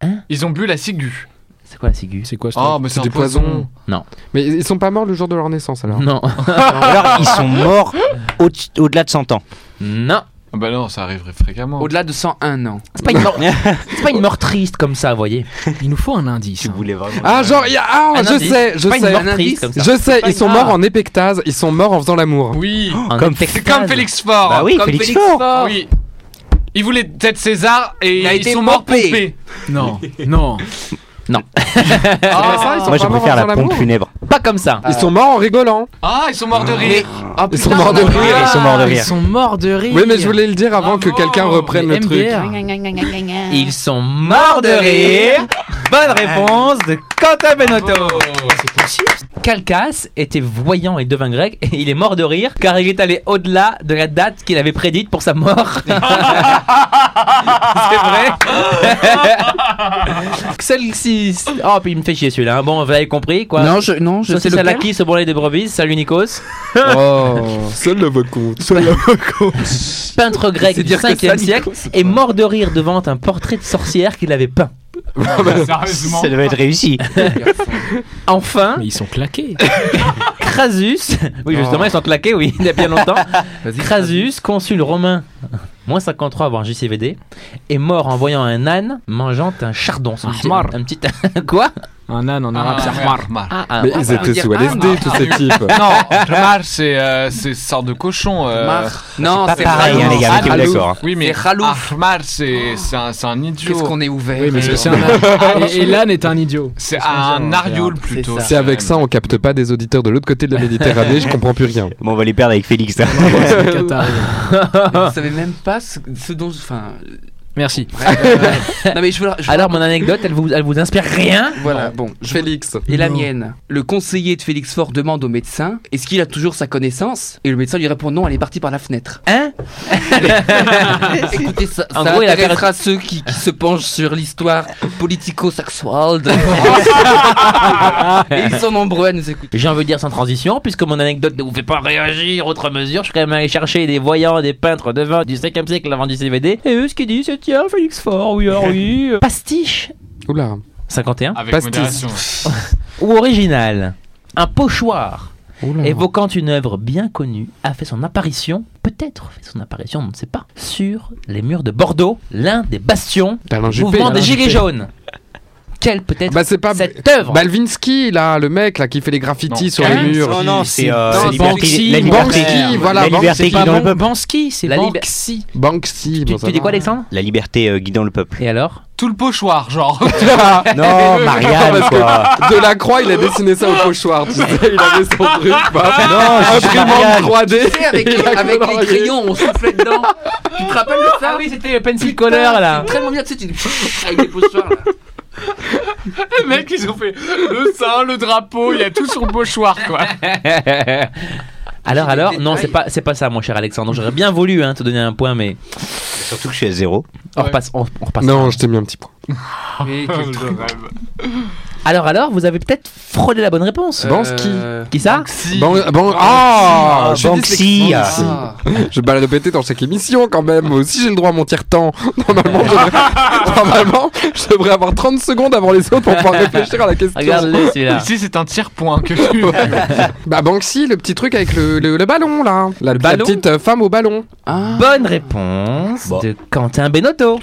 A: Hein
B: Ils ont bu la ciguë.
A: C'est quoi la ciguë
E: C'est quoi ce
B: Oh,
E: truc
B: mais
C: C'est
B: c'est
C: des
B: un
C: poisons.
B: poison.
C: Mais ils sont pas morts le jour de leur naissance alors.
A: Non,
D: Alors, ils sont morts au- au-delà de 100 ans.
A: non.
B: Ah Bah non, ça arriverait fréquemment.
F: Au-delà de 101 ans.
A: C'est pas une mort, c'est pas une mort triste comme ça, vous voyez.
E: Il nous faut un indice.
D: Tu
E: hein.
D: voulais vraiment.
C: Ah genre il y a- ah,
A: Un
C: je
A: indice.
C: sais je
A: C'est pas une
C: sais
A: mort
F: Un
A: triste
F: indice.
A: comme ça.
C: je sais ils sont morts
A: grave.
C: en épectase ils sont morts en faisant l'amour.
B: Oui.
A: En
D: Comme-
A: effet,
B: C'est comme Félix Faure.
D: Bah oui,
F: Comme
D: Félix Faure.
B: Oui. Ils voulaient être César et
F: Il a
B: ils
F: été
B: sont morts
F: pompé.
B: pompés.
E: Non, non.
C: Ah, ça, ils sont
D: Moi, je
C: pas morts en
D: préfère
C: faisant
D: la pompe
C: l'amour
D: funèbre.
A: Pas comme ça.
C: Ils sont morts en rigolant.
B: Ah, ils sont morts de rire.
F: Ah,
C: Ils sont
F: putain,
C: morts de
F: on a-
D: rire, ils sont
B: Ah,
D: morts de
E: Ils
D: rire.
E: sont morts de rire.
C: Oui mais je voulais le dire avant que
B: Bravo.
C: quelqu'un reprenne le truc.
E: MDR.
A: Ils sont morts de rire. Bonne réponse de Quentin
B: Oh.
A: Benotto.
F: Oh,
A: Calcas était voyant et devint grec et il est mort de rire car il est allé au-delà de la date qu'il avait prédite pour sa mort. C'est vrai. Celle-ci. Oh, puis il me fait chier celui-là. hein. Bon, vous avez compris quoi.
F: Non, je, non, je
A: Ça,
F: sais
A: c'est
F: lequel.
A: Salaki, ce branlé des brebis. Salut Nikos.
C: Oh, seul le mot compte. Seul le mot compte.
A: Peintre grec
F: C'est
A: du
F: dire que
A: 5e
F: ça,
A: siècle
F: Nikos, c'est
A: est mort de rire devant un portrait de sorcière qu'il avait peint.
C: Ah,
B: Sérieusement.
D: Ça devait être réussi.
A: Enfin,
E: Mais ils sont claqués.
A: Crasus, oui justement
C: Oh.
A: ils sont claqués, oui, il y a bien longtemps.
F: Vas-y.
A: Crasus, consul romain, moins 53 avant JCVD, est mort en voyant un âne mangeant un chardon. C'est Un petit,
E: Ahmar.
A: un petit quoi
E: Un âne en arabe,
B: Ah,
E: c'est Ahmar.
A: Ah, ah,
C: Mais
A: ah,
C: ils étaient
F: dire
C: sous LSD
F: arme.
C: tous ces types.
B: Non, Ahmar, c'est euh, c'est sorte de cochon. euh,
F: Mar- Non,
D: Pas
F: c'est
D: pareil, hein,
F: vraiment-
D: les gars, mettez-vous
C: Allô.
D: d'accord. hein.
B: Oui, mais
F: C'est Ralouf.
B: Ahmar, c'est c'est un, c'est un
F: Qu'est-ce
B: idiot.
F: qu'on est ouvert euh.
E: Oui, mais
B: c'est
E: c'est
B: ça.
E: un âne. Et, et l'âne est un idiot.
B: C'est un arioul
F: C'est
B: plutôt.
F: ça.
C: C'est avec ça on capte pas des auditeurs de l'autre côté de la Méditerranée, je comprends plus rien.
D: Bon, on va les perdre avec Félix. hein.
E: C'est le Qatar.
F: Vous savez même pas ce, ce dont. Enfin.
E: Merci.
F: bref, euh, non, mais je veux. je veux-
A: Alors mon anecdote, elle vous, elle vous inspire rien
F: Voilà, bon. Je vais-
C: Félix.
F: Et la
E: Non.
F: mienne. Le conseiller de Félix Faure demande au médecin est-ce qu'il a toujours sa connaissance Et le médecin lui répond non, elle est partie par la fenêtre.
A: Hein
F: Écoutez, ça,
A: En
F: ça
A: gros, il a
F: intéressera ceux qui, qui se penchent sur l'histoire politico-sexuelle de Et ils sont nombreux à nous écouter.
A: J'ai envie de dire sans transition, puisque mon anecdote ne vous fait pas réagir autre mesure, je suis quand même allé chercher des voyants, des peintres de vin du 5e siècle avant JCVD, et eux ce qu'ils disent c'est tiens, Félix Faure, oui, alors oui. Pastiche
C: Oula.
A: 51
B: Avec
C: Pastis.
B: modération.
A: ou original Un pochoir
C: Oula.
A: évoquant une œuvre bien connue, a fait son apparition, peut-être fait son apparition, on ne sait pas, sur les murs de Bordeaux, l'un des bastions
C: Alain
A: du
C: Juppé.
A: mouvement
C: Alain
A: des Gilets
C: Juppé.
A: jaunes. Quelle peut être
C: hein. Bah c'est pas
A: cette œuvre
C: Balvinsky là, le mec là qui fait les graffitis
B: Non.
C: sur les
A: Hein
C: murs.
D: Non, non, c'est euh,
E: Non,
D: la liberté,
E: Banksy,
D: la liberté,
C: Banksy, voilà,
D: la liberté
C: Banksy,
E: C'est
D: guidant
E: pas
D: le peuple.
E: Bansky, c'est
A: La liber-
E: Banksy.
C: Banksy.
A: tu,
C: bon, ça
A: tu dis
C: va.
A: quoi Alexandre
D: La liberté euh, guidant le peuple.
A: Et alors
B: Tout le pochoir, genre.
D: Non, Marianne,
C: Parce que
D: quoi.
C: Delacroix, il a dessiné ça au pochoir, tu sais, il avait son truc. bah,
D: Non, je suis Marianne.
C: imprimante 3D.
F: Tu sais, avec, les,
C: Il a
F: avec les
C: colorié.
F: crayons, on soufflait dedans. tu te rappelles de ça
A: Ah oui, c'était le pencil
F: Putain, C'est très bien, tu sais, tu avec des pochoirs là.
B: Les mecs, ils ont fait le sein, le drapeau, il y a tout sur le pochoir, quoi.
A: Alors,
F: J'ai des
A: alors, non,
F: détails.
A: c'est pas, c'est pas ça, mon cher Alexandre. J'aurais bien voulu hein, te donner un point, mais
D: Surtout que je suis à zéro.
A: on
B: Ouais.
A: repasse. On, on repasse
C: Non, je t'ai mis un petit point.
F: Mais quel truc.
A: Alors, alors, vous avez peut-être fraudé la bonne réponse.
C: Bansky.
A: Qui ça
B: Si.
C: Ban- ban- ah,
D: Ah,
C: je suis
D: Banksy.
C: dyslexique.
D: Ah.
F: Ah.
C: Je balade pété dans chaque émission quand même. Moi aussi j'ai le droit à mon tire-temps. Normalement, je devrais... Normalement, je devrais avoir 30 secondes avant les autres pour pouvoir réfléchir à la question.
A: Regarde-le celui-là.
B: Ici, c'est un tiers-point que tu.
C: Bah Banksy, le petit truc avec le, le- le ballon là. La, la
A: ballon
C: petite euh, femme au ballon.
F: Ah.
A: Bonne réponse
D: Bon.
A: de Quentin Benotto.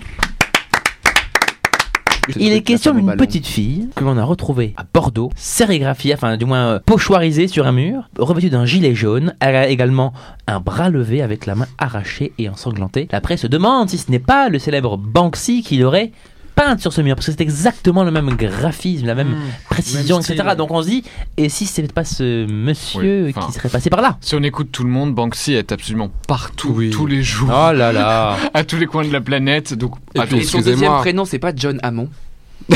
A: Il est question d'une
F: Ballon.
A: petite fille que l'on a retrouvée à Bordeaux, sérigraphiée, enfin du moins euh, pochoirisée sur un mur, revêtue d'un gilet jaune. Elle a également un bras levé avec la main arrachée et ensanglantée. La presse se demande si ce n'est pas le célèbre Banksy qui l'aurait peinte sur ce mur, parce que c'est exactement le même graphisme, la même précision,
E: Même style,
A: etc.
E: ouais.
A: Donc on se dit, et si c'est pas ce monsieur
B: Oui, enfin-
A: qui serait passé par là
B: Si on écoute tout le monde, Banksy est absolument partout,
C: Oui.
B: tous les jours,
A: Oh là là
B: à tous les coins de la planète. Donc,
C: Et
B: attends,
C: puis-
F: Et son
C: Excusez-moi.
F: deuxième prénom, c'est pas John Hammond.
A: Oh.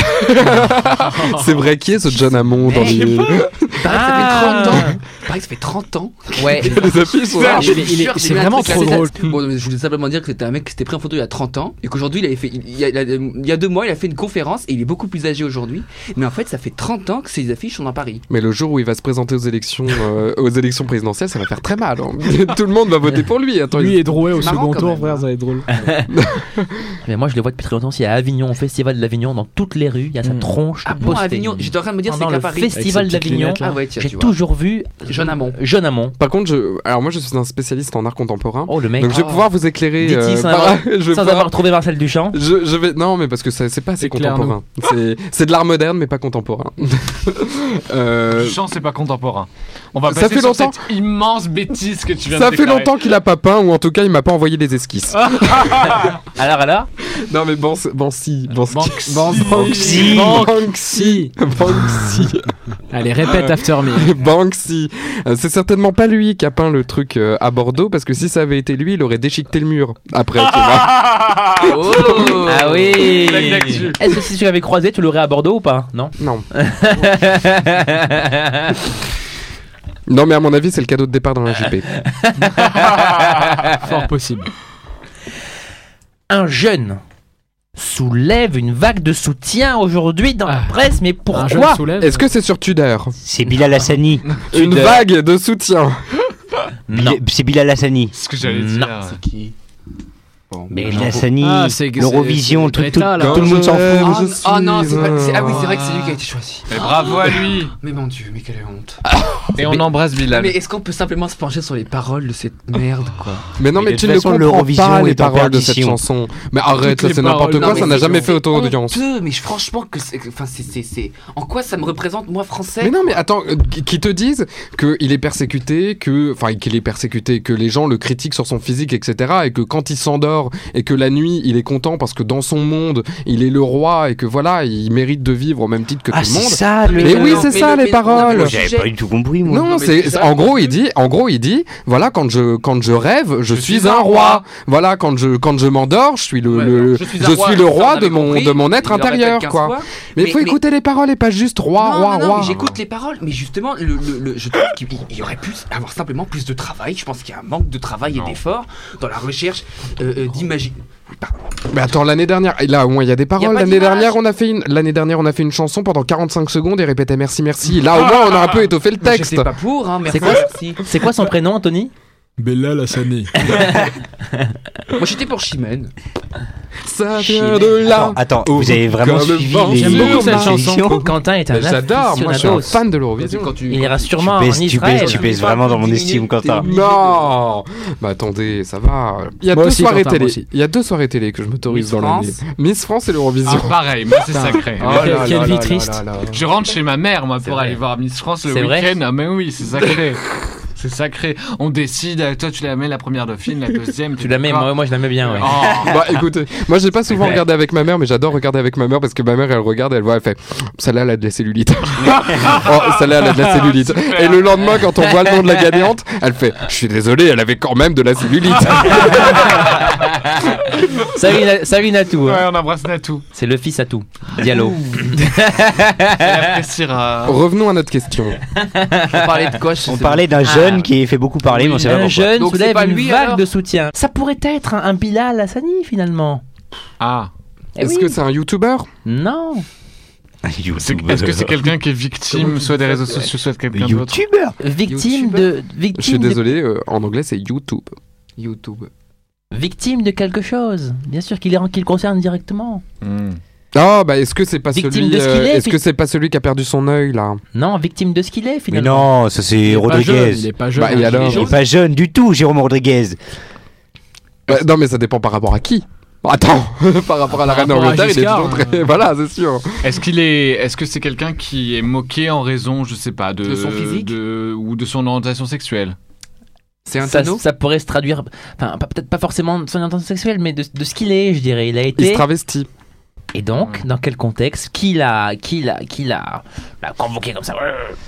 C: C'est vrai qui est ce John Hammond dans
F: Eh,
C: les...
F: Il paraît que ça fait 30 ans. Il paraît que ça fait 30 ans.
A: Ah. Ouais,
C: les affiches sont là.
F: Ah, je
A: Il est-
F: suis
A: il est-
F: sûr,
A: c'est
F: j'ai vu un
A: vraiment
F: truc
A: trop
F: assez-
A: drôle.
F: Bon, mais je voulais simplement dire que c'était un mec qui s'était pris en photo il y a 30 ans et qu'aujourd'hui il avait fait. Il y, a, il y a- il y a deux mois, il a fait une conférence et il est beaucoup plus âgé aujourd'hui. Mais en fait, ça fait 30 ans que ces affiches sont à Paris.
C: Mais le jour où il va se présenter aux élections, euh, aux élections présidentielles, ça va faire très mal. hein. Tout le monde va voter pour lui. Attends,
E: Lui
C: il-
E: et Drouet au
F: C'est marrant
E: second
F: quand
E: tour,
F: même.
E: frère, ça va être drôle.
A: Mais moi, je le vois depuis très longtemps. C'est à Avignon, au festival de l'Avignon, dans toutes les rues, il y a sa
E: Mm.
A: tronche.
F: Ah
A: de
F: bon,
A: postée.
F: Avignon J'étais en train de me dire c'est
A: Pendant
F: qu'à
A: le
F: Paris.
A: festival
E: Avec ses petites
A: d'Avignon,
E: lunettes, là.
F: Ah ouais, tiens,
A: j'ai
F: tu vois.
A: toujours vu euh,
F: Jeune Amont.
A: Jeune Amont.
C: Par contre, je... alors moi je suis un spécialiste en art contemporain.
A: Oh le mec.
C: Donc je vais
F: Ah.
C: pouvoir vous éclairer. euh,
A: Dit-il sans
C: par-
A: avoir-
C: je vais
A: Sans
C: pouvoir-
A: avoir trouvé Marcel Duchamp.
C: Je, je vais non mais parce que ça- c'est pas assez
E: Éclaire-nous.
C: contemporain. C'est c'est de l'art moderne mais pas contemporain. Euh,
B: Chant, c'est pas contemporain. On va
C: Ça
B: passer
C: fait
B: sur
C: longtemps.
B: cette immense bêtise que tu viens
C: ça
B: de
C: fait
B: déclarer. Ah.
C: longtemps qu'il a pas peint ou en tout cas il m'a pas envoyé des esquisses.
A: Alors alors.
C: Non mais bon bon si bon
B: Banksy.
C: Banksy Banksy Banksy
E: Allez, répète
F: Euh.
E: after me.
C: Banksy. Euh, C'est certainement pas lui qui a peint le truc euh, à Bordeaux parce que si ça avait été lui il aurait déchiqueté le mur après. tu vois.
B: Ah.
F: Oh
A: Ah oui.
B: Blague d'actu.
A: Est-ce que si tu l'avais croisé, tu l'aurais à Bordeaux ou pas Non.
C: Non. Non mais à mon avis c'est le cadeau de départ dans la JP.
E: Fort possible.
A: Un jeune soulève une vague de soutien aujourd'hui dans la
E: Ah.
A: presse, mais
E: Un jeune
A: pourquoi
E: soulève.
C: Est-ce que c'est sur Tudor
D: C'est Bilal Hassani.
C: Une
A: Tudor.
C: vague de soutien.
A: Non.
D: Bil- C'est Bilal Hassani.
B: C'est ce que j'allais
A: Non.
B: dire.
F: qui
D: Mais Bilal Hassani,
E: Ah, c'est- c'est-
D: l'Eurovision,
E: c'est
D: tout, tout-
E: Greta, là.
D: Bah, tout le monde s'en
C: Je
D: fout.
F: Ah,
C: suis
F: ah non, c'est pas. c'est- Ah oui,
C: un-
F: c'est vrai que c'est lui qui a été choisi.
B: Mais bravo à lui
A: Ah.
F: Mais mon dieu, mais quelle honte. Ah,
B: Et on embrasse Bilal.
F: Mais est-ce qu'on peut simplement se pencher sur les paroles de cette merde quoi
C: Mais non,
D: Mais
C: mais,
D: de
C: tu
D: toute
C: ne
D: façon,
C: comprends
D: l'Eurovision
C: pas les
D: est en
C: paroles de cette
D: perdition.
C: chanson. Mais arrête,
E: Toutes
C: ça
E: les
C: c'est n'importe
E: paroles.
C: quoi,
F: Non,
C: ça
F: mais
C: n'a
F: c'est-
C: jamais
F: c'est
C: fait autant d'audience.
F: honteux, mais je- franchement que c'est- enfin c'est c'est- c'est- en quoi ça me représente moi français
C: Mais non, mais attends, euh, qui qui te disent qu'il est persécuté, que, enfin, qu'il est persécuté, que les gens le critiquent sur son physique, etc., et que quand il s'endort et que la nuit, il est content parce que dans son monde, il est le roi et que voilà, il mérite de vivre au même titre que
D: Ah,
C: tout le
D: c'est
C: monde.
D: ça le.
C: Mais oui,
F: non,
C: c'est ça,
F: le-
C: les
F: mais- non, mais
C: paroles.
F: le
D: J'avais
F: sujet-
D: pas du tout compris, moi.
C: Non,
F: Non,
C: c'est
F: mais c'est
C: c'est-
F: ça.
C: en gros il dit, en gros il dit, voilà quand je quand je rêve, je, suis, un roi. Voilà quand je quand je m'endors, je suis le,
F: Ouais,
C: le-
F: non,
C: je suis,
F: un
C: le
F: ça, on
C: roi
F: avait
C: de mon
F: compris,
C: de mon
F: il
C: être
F: le répète
C: intérieur
F: 15
C: quoi.
F: fois.
C: Mais, il faut
F: mais-
C: écouter les paroles et pas juste roi,
F: non,
C: roi,
F: non, non,
C: roi.
F: mais J'écoute les paroles, mais justement, le, le- le- je trouve qu'il il y aurait pu avoir simplement plus de travail. Je pense qu'il y a un manque de travail
B: Non.
F: et d'effort dans la recherche euh, euh, d'imagination.
C: Mais attends, l'année dernière, et là au moins il y a des paroles.
F: pas
C: L'année
F: d'image.
C: dernière, on a fait une, l'année dernière, on a fait une chanson pendant 45 secondes et répétait merci, merci. Là au moins on a un peu étoffé le texte.
F: Ah J'étais pas pour, hein, merci.
A: C'est quoi
F: merci.
A: C'est quoi son prénom, Anthony
E: Bella Lassani.
F: Moi j'étais pour Chimène.
C: Ça vient de là.
D: Attends, attends,
C: Oh,
D: vous avez vraiment
C: comme
D: suivi
C: vent
D: les
C: sur
E: J'aime beaucoup cette
D: les
E: chanson.
D: émissions
A: Quentin est un
C: J'adore, moi je suis un
A: aficionados.
C: fan de l'Eurovision.
F: Quand tu-
A: Il ira sûrement
D: Tu
A: en
D: baisses, tu
A: Israël.
D: baisses, tu baisses vraiment dans mon estime, Quentin.
C: Non Bah attendez, ça va. Il y a
E: Moi
C: deux
E: aussi,
C: soirées
E: Quentin, moi
C: télé.
E: aussi.
C: Il y a deux soirées télé que je m'autorise
F: Miss
C: dans l'année.
F: France.
C: Miss France et
B: Ah,
C: l'Eurovision.
B: pareil, moi c'est sacré.
C: Oh là
E: Quelle-
C: là
E: quelle
C: là
E: vie
C: là
E: triste.
C: là là.
B: Je rentre chez ma mère, moi,
A: C'est
B: pour
A: vrai.
B: aller voir Miss France le
A: C'est vrai
B: week-end. Ah, mais oui, c'est sacré. c'est sacré. On décide, euh, toi tu la mets la première dauphine, la deuxième.
A: Tu la mets, moi, moi je la mets bien. Ouais.
B: Oh.
C: Bah écoutez, moi j'ai pas souvent regardé avec ma mère, mais j'adore regarder avec ma mère parce que ma mère elle regarde, elle voit, elle fait Oh, celle-là elle a de la cellulite. oh, celle-là elle a de la cellulite.
B: Super.
C: Et le lendemain, quand on voit le nom de la gagnante, elle fait je suis désolé, elle avait quand même de la cellulite.
A: Salut, Na- salut Natou. hein.
B: Ouais, on embrasse Natou.
A: C'est le fils à tout. Diallo.
B: Elle appréciera.
C: Revenons à notre question.
F: On parlait de quoi je
D: On
F: sais
D: parlait d'un jeune qui fait beaucoup parler, mais on sait pas
A: un
D: pourquoi.
A: jeune
F: Donc, c'est
A: soulève
F: pas
A: une
F: lui,
A: vague
F: alors
A: de soutien. Ça pourrait être un, un Bilal Hassani finalement.
B: Ah,
A: Eh
C: Est-ce
A: oui.
C: que c'est un youtubeur
A: Non.
D: Ah,
B: C'est- Est-ce que c'est quelqu'un qui est victime, soit des réseaux sociaux, soit de quelqu'un d'autre
D: YouTubeur
A: Victime de, victime,
C: Je suis
A: de-
C: désolé, euh, en anglais c'est YouTube.
F: YouTube.
A: victime de quelque chose. Bien sûr qu'il est, qu'il le concerne directement.
B: Hmm.
C: Ah bah est-ce que c'est pas
A: Victime
C: celui
A: de ce qu'il
C: euh,
A: est,
C: est-ce
A: puis-
C: que c'est pas celui qui a perdu son œil là
A: Non, victime de ce qu'il est
D: Mais
A: finalement.
D: non, ça c'est Rodriguez.
E: Il est pas jeune.
C: Bah, et
E: il est
C: alors
D: Il est pas jeune du tout, Jérôme Rodriguez.
C: Bah, Non mais ça dépend par rapport à qui. Attends, par rapport à la
E: Par
C: reine
E: rapport à
C: d'Angleterre, il est
E: Giscard,
C: toujours très
E: euh.
C: voilà, c'est sûr.
B: Est-ce qu'il est, est-ce que c'est quelqu'un qui est moqué en raison, je sais pas, de,
F: De son physique
B: de- ou de son orientation sexuelle
F: C'est un
A: ça,
F: Thanos
A: ça pourrait se traduire, enfin pas- peut-être pas forcément de son intention sexuelle, mais de, de ce qu'il est, je dirais. Il a
C: Il
A: été.
C: se travestit.
A: Et donc, dans quel contexte Qui l'a, qui l'a, qui l'a, l'a convoqué comme ça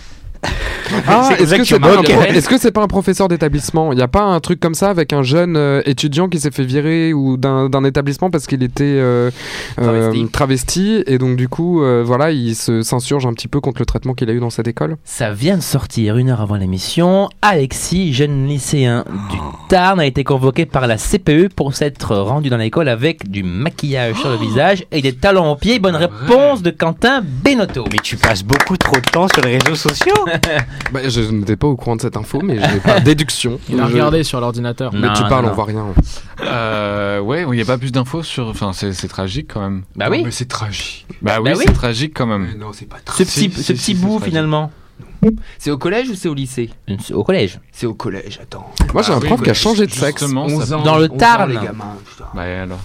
C: Ah,
D: C'est comme
C: est-ce
D: ça
C: que
D: que
C: c'est
D: tu
C: pas, un
D: marques.
C: pro-
D: Ok.
C: est-ce que c'est pas un professeur d'établissement Il y a pas un truc comme ça avec un jeune euh, étudiant qui s'est fait virer ou d'un d'un établissement parce qu'il était euh, euh,
F: Travesti.
C: travesti et donc du coup euh, voilà, il se s'insurge un petit peu contre le traitement qu'il a eu dans cette école.
A: Ça vient de sortir une heure avant l'émission. Alexis, jeune lycéen du Tarn, a été convoqué par la CPE pour s'être rendu dans l'école avec du maquillage sur le visage et des talons aux pieds. Bonne réponse de Quentin Benotto.
D: Mais tu passes beaucoup trop de temps sur les réseaux sociaux.
C: Bah, je n'étais pas au courant de cette info mais j'ai pas déduction.
E: Il a
C: Je-
E: regardé sur l'ordinateur.
C: Mais
A: Non,
C: tu
A: non,
C: parles,
A: non.
C: on voit rien.
B: euh, Ouais, il n'y a pas plus d'infos sur. Enfin, c'est c'est tragique quand même.
A: Bah oui.
C: c'est tragique.
B: Bah oui,
A: Bah oui.
B: c'est tragique quand même.
F: Non, c'est pas
A: Ce petit,
B: Si, si,
A: ce
B: si,
A: petit
B: si,
A: bout
B: c'est
A: finalement.
F: C'est au collège ou c'est au lycée
A: Au collège.
F: C'est au collège, attends. Ah
C: Moi j'ai
B: Bah
C: un
B: oui,
C: prof qui
B: bah,
C: a changé de sexe.
B: justement, ça-
F: 11 ans.
A: Dans le
F: 11 ans,
A: Tarn.
F: les gamins, putain.
B: Bah et alors.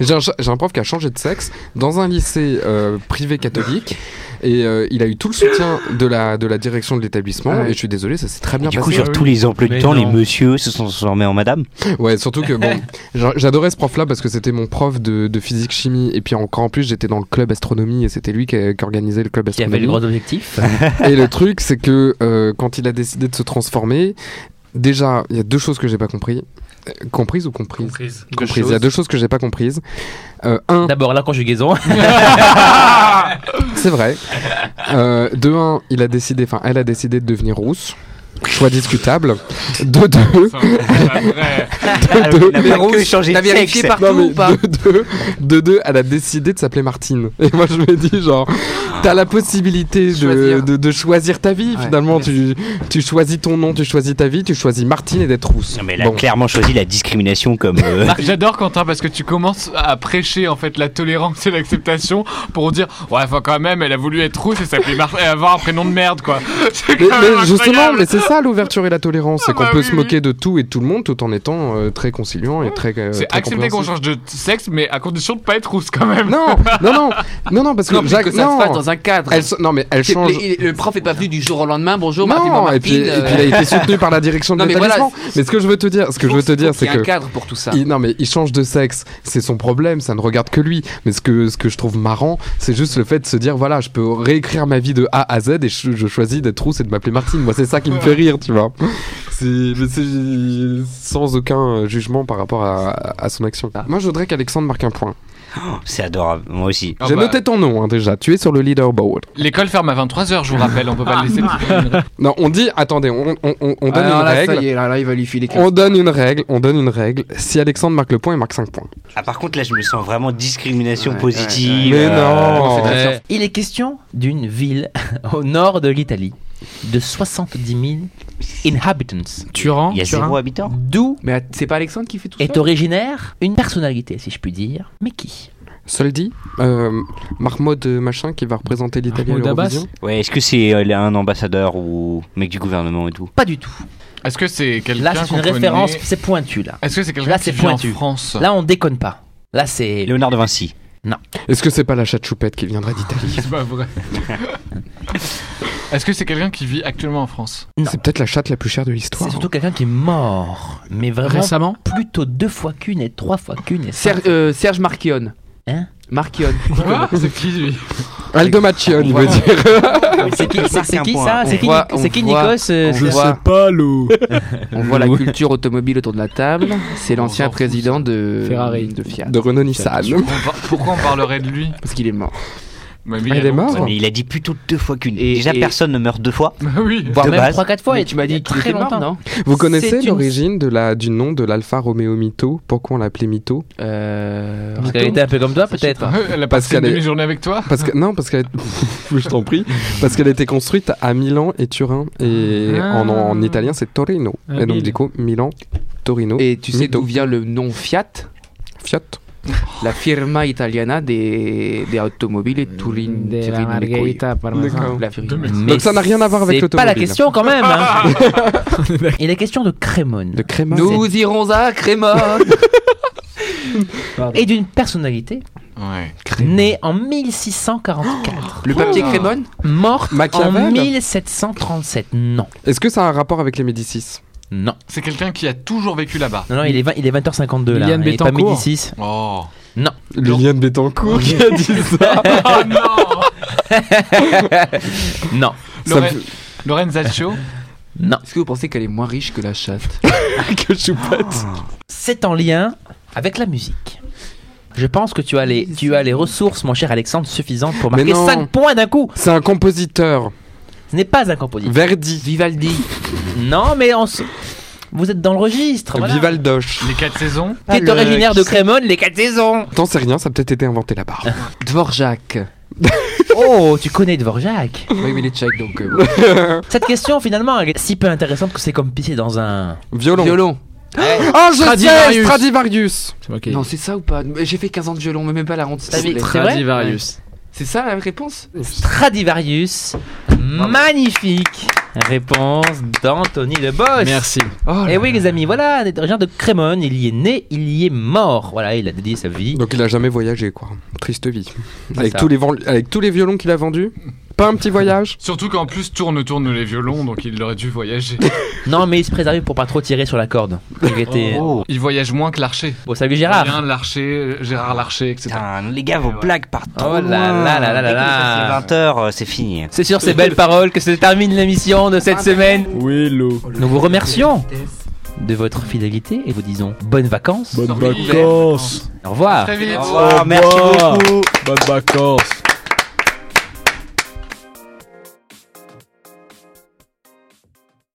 C: J'ai un, cha- j'ai un prof qui a changé de sexe dans un lycée euh, privé catholique et euh, il a eu tout le soutien de la, de la direction de l'établissement
F: Ouais.
C: et je suis désolé, ça s'est très bien
D: Du
C: passé.
D: coup, sur tous les emplois
A: Mais
D: du temps, les
A: non.
D: messieurs se sont transformés en madame.
C: Ouais, surtout que bon, j'a- j'adorais ce prof-là parce que c'était mon prof de, de physique-chimie et puis encore en plus j'étais dans le club astronomie et c'était lui qui, qui organisait le club
A: Qui avait
C: astronomie.
A: le gros objectif.
C: Et le truc, c'est que euh, quand il a décidé de se transformer, déjà, il y a deux choses que j'ai pas compris. Euh, Comprises ou comprises
B: Comprise.
C: Comprises. Il y a deux choses que j'ai pas comprises. Euh, un,
A: D'abord la conjugaison.
C: C'est vrai. Euh, de un, il a décidé, enfin, elle a décidé de devenir rousse. Choix discutable. De deux,
D: Alors,
C: les
D: Ah n'a pas que
C: rouges,
D: changé
F: t'as
D: de
F: vérifié
D: sexe.
C: non,
F: partout
C: mais
F: ou pas
C: de deux, de deux, elle a décidé de s'appeler Martine. Et moi, je me dis, genre, t'as la possibilité de,
F: Choisir.
C: de, de choisir ta vie,
F: Ouais,
C: finalement. Tu, tu choisis ton nom, tu choisis ta vie, tu choisis Martine et d'être rousse.
D: Non, mais elle a
C: Bon.
D: clairement choisi la discrimination comme. euh,
B: J'adore Quentin parce que tu commences à prêcher en fait la tolérance et l'acceptation pour dire ouais enfin quand même elle a voulu être rousse et s'appeler Mar- et avoir un prénom de merde quoi. C'est
C: Mais,
B: quand
C: mais
B: même
C: justement,
B: incroyable.
C: mais c'est ça l'ouverture et la tolérance, c'est
B: Ah
C: qu'on
B: bah
C: peut
B: oui,
C: se
B: oui.
C: moquer de tout et de tout le monde tout en étant euh, très conciliant et très. euh,
B: C'est
C: très
B: accepter qu'on
C: compréhensif.
B: change de sexe mais à condition de pas être rousse quand même.
C: Non, non, non, non, non, parce que
F: Non, mais
C: Jacques,
F: que ça
C: non.
F: se fasse dans un cadre.
C: Elle se- non mais elle
F: C'est-
C: change.
F: les- Le prof est pas venu du jour au lendemain. Bonjour, Martine,
C: non,
F: Martine,
C: et puis, et
F: euh,
C: puis il a été soutenu par la direction de
F: Non, mais
C: l'établissement.
F: voilà.
C: Mais ce que je veux te dire, ce que je veux te dire, c'est
F: Il y a un
C: que
F: cadre pour tout ça.
C: il- non mais il change de sexe, c'est son problème, ça ne regarde que lui. Mais ce que ce que je trouve marrant, c'est juste le fait de se dire voilà, je peux réécrire ma vie de A à Z et je, je choisis d'être rousse et de m'appeler Martine. Moi, c'est ça qui me fait rire, tu vois. C'est mais c'est- sans aucun jugement par rapport à, à son action.
F: Ah.
C: Moi, je voudrais qu'Alexandre marque un point.
D: C'est adorable, moi aussi.
B: Ah
C: J'ai
B: bah,
C: noté ton nom hein, déjà. Tu es sur le leaderboard.
B: L'école ferme à 23h je vous rappelle on peut pas le laisser.
C: Non, on dit attendez, on on, on- on donne
F: Ah, non,
C: une
F: là,
C: règle.
F: ça y est, là, là, il va lui filer quelque
C: On donne une règle, on donne une règle. Si Alexandre marque le point, il marque 5 points.
D: Ah, par contre, là, je me sens vraiment discrimination
F: Ouais,
D: positive.
C: Mais
D: euh,
C: non
A: Euh, il est question d'une ville au nord de l'Italie de 70 000 inhabitants.
E: Turan.
D: Il y a
E: Turin.
D: zéro habitant.
A: D'où
F: Mais att- c'est pas Alexandre qui fait tout
A: est
F: ça
A: originaire une personnalité, si je puis dire, mais qui
C: Soldi, euh, Marmode machin qui va représenter l'Italie à
E: Mahmoud Abbas
C: l'Eurovision.
D: Ouais, est-ce que c'est euh, un ambassadeur ou mec du gouvernement et tout
A: Pas du tout.
B: Est-ce que c'est quelqu'un
A: Là, c'est
B: qu'on
A: une référence,
B: connaît
A: c'est pointu là.
B: Est-ce que c'est quelqu'un
A: Là,
B: qui
A: c'est
B: vit en
A: pointu.
B: France
A: Là, on déconne pas. Là, c'est
D: Léonard de Vinci.
C: Est-ce que c'est pas la chatte choupette qui viendrait d'Italie
B: C'est pas vrai. Est-ce que c'est quelqu'un qui vit actuellement en France
A: Non.
C: C'est peut-être la chatte la plus chère de
A: c'est
C: l'histoire.
A: surtout quelqu'un qui est mort, mais vraiment
E: Récemment.
A: plutôt deux fois qu'une et trois fois qu'une et
F: Ser-
A: cinq-
F: euh, Serge Marquion.
A: Hein
F: Marquion.
B: C'est qui lui
C: Aldo Macchione, il veut dire.
A: C'est qui, c'est- c'est qui ça C'est qui,
F: voit-
A: Nico- c'est qui,
F: on
A: Nikos
F: voit-
A: euh,
F: Je
E: Je
F: sais
E: sais pas, l'eau.
F: On voit la culture automobile autour de la table. C'est l'ancien
B: s'en fout,
F: président de
E: Ferrari.
F: de Fiat.
C: De Renault Nissan.
B: On va- Pourquoi on parlerait de lui
F: Parce qu'il est mort.
B: Mamie,
C: Ah, il est mort
D: Ouais, mais il a dit plutôt deux fois qu'une.
F: Et-
D: Déjà,
F: et-
D: personne ne meurt deux fois.
B: Bah oui.
F: Voire
D: De
F: même
D: base.
A: 3-4 fois
F: Mais
A: et
F: tu m'as
A: il y a
F: dit qu'il
A: très
F: était mort,
A: longtemps.
F: non
C: Vous connaissez
A: une-
C: l'origine de la du nom de l'Alfa Romeo Mito Pourquoi on l'appelait Mito
F: Euh,
A: Parce qu'elle était un peu comme toi peut-être.
B: Elle a passé
C: qu'elle est-
B: une demi-journée avec toi
C: Parce que non, parce qu'elle je t'en prie, parce qu'elle était construite à Milan et Turin et
B: Ah.
C: en, en italien c'est Torino.
E: Ah,
C: et donc
E: mille.
C: du coup Milan, Torino,
F: Et tu sais
C: Mito.
F: d'où vient le nom Fiat
C: Fiat.
F: La firma italiana des, des automobiles et Turin.
E: De la
F: Tirino les couilles.
E: margarita parmesan.
F: La firma.
B: Deux mecs.
A: Mais
C: Donc ça n'a rien à voir avec
A: C'est pas la
C: l'automobile.
A: question quand même. hein. Il est question de Crémone
C: De Créma.
F: Nous irons à Crémone
A: et d'une personnalité
B: Ouais.
A: née en 1644,
F: Le papier Crémone
A: morte en
C: Machiavel
A: 1737. Non,
C: Est-ce que ça a un rapport avec les Médicis
A: non,
B: C'est quelqu'un qui a toujours vécu là-bas.
A: non, non, il est, 20 il est 20h52 là.
E: Liliane
A: Il est pas
E: Bettencourt.
A: midi 6.
B: Oh.
A: Non.
C: Liliane Bettencourt qui a dit ça.
B: Oh non
A: Non,
C: ça
B: Loren-
C: me-
B: Lorenzaccio
A: non.
F: Est-ce que vous pensez qu'elle est moins riche que la chatte
C: que choupette.
A: C'est en lien avec la musique. Je pense que tu as les, tu as les ressources, mon cher Alexandre, suffisantes pour
C: Mais
A: marquer
C: non.
A: 5 points d'un coup.
C: C'est un compositeur.
A: Ce n'est pas un compositeur.
C: Verdi.
F: Vivaldi
C: Mmh.
A: Non, mais on se- vous êtes dans le registre. Voilà.
C: Vivaldoche.
B: Les quatre saisons
A: Qui
C: Ah,
A: est originaire de Crémone, les 4 saisons.
C: T'en sais rien, ça a peut-être été inventé là-bas.
F: Dvorak
A: Oh, tu connais Dvorak.
F: Oui mais les tchèques donc euh,
A: Cette question, finalement, elle est si peu intéressante que c'est comme pisser dans un.
C: Violon.
F: Violon
C: Oh, je
E: Stradivarius.
C: sais Stradivarius
E: C'est moi qui ai
F: Non c'est ça ou pas J'ai fait 15 ans de violon mais même pas la ronde s'il
A: T'as
F: vous
A: mis-
F: plaît.
A: c'est vrai
E: Stradivarius.
F: C'est ça la réponse
A: Stradivarius. Magnifique réponse d'Anthony Le Boss.
E: Merci.
F: Oh
A: Et
F: là
A: oui, les amis, voilà, des originaire de Crémone, il y est né, il y est mort. Voilà, il a dédié sa vie.
C: Donc il a jamais voyagé, quoi. Triste vie. Avec
A: ça.
C: tous, les vend- avec tous les violons qu'il a vendus Pas un petit voyage
B: Surtout qu'en plus, tourne, tourne les violons, donc il aurait dû voyager.
A: Non, mais il se préservait pour pas trop tirer sur la corde. Il était-
B: Il voyage moins que l'archer.
A: Bon, salut Gérard.
B: Rien de l'archer, euh, Gérard Larcher, etc.
D: Putain, les gars, vos blagues partent trop
A: Oh là
D: loin.
A: là là là
D: Dès que
A: là.
D: ça fait 20h, euh, c'est fini.
A: C'est sur ces belles paroles que se termine l'émission de cette semaine.
E: Oui, l'eau.
A: Nous vous remercions de votre fidélité et vous disons bonnes vacances.
E: Bonnes
B: Sortez.
E: vacances.
A: Au revoir.
B: Très vite.
D: Au revoir, Oh, merci
E: revoir.
D: beaucoup.
E: Bonnes vacances.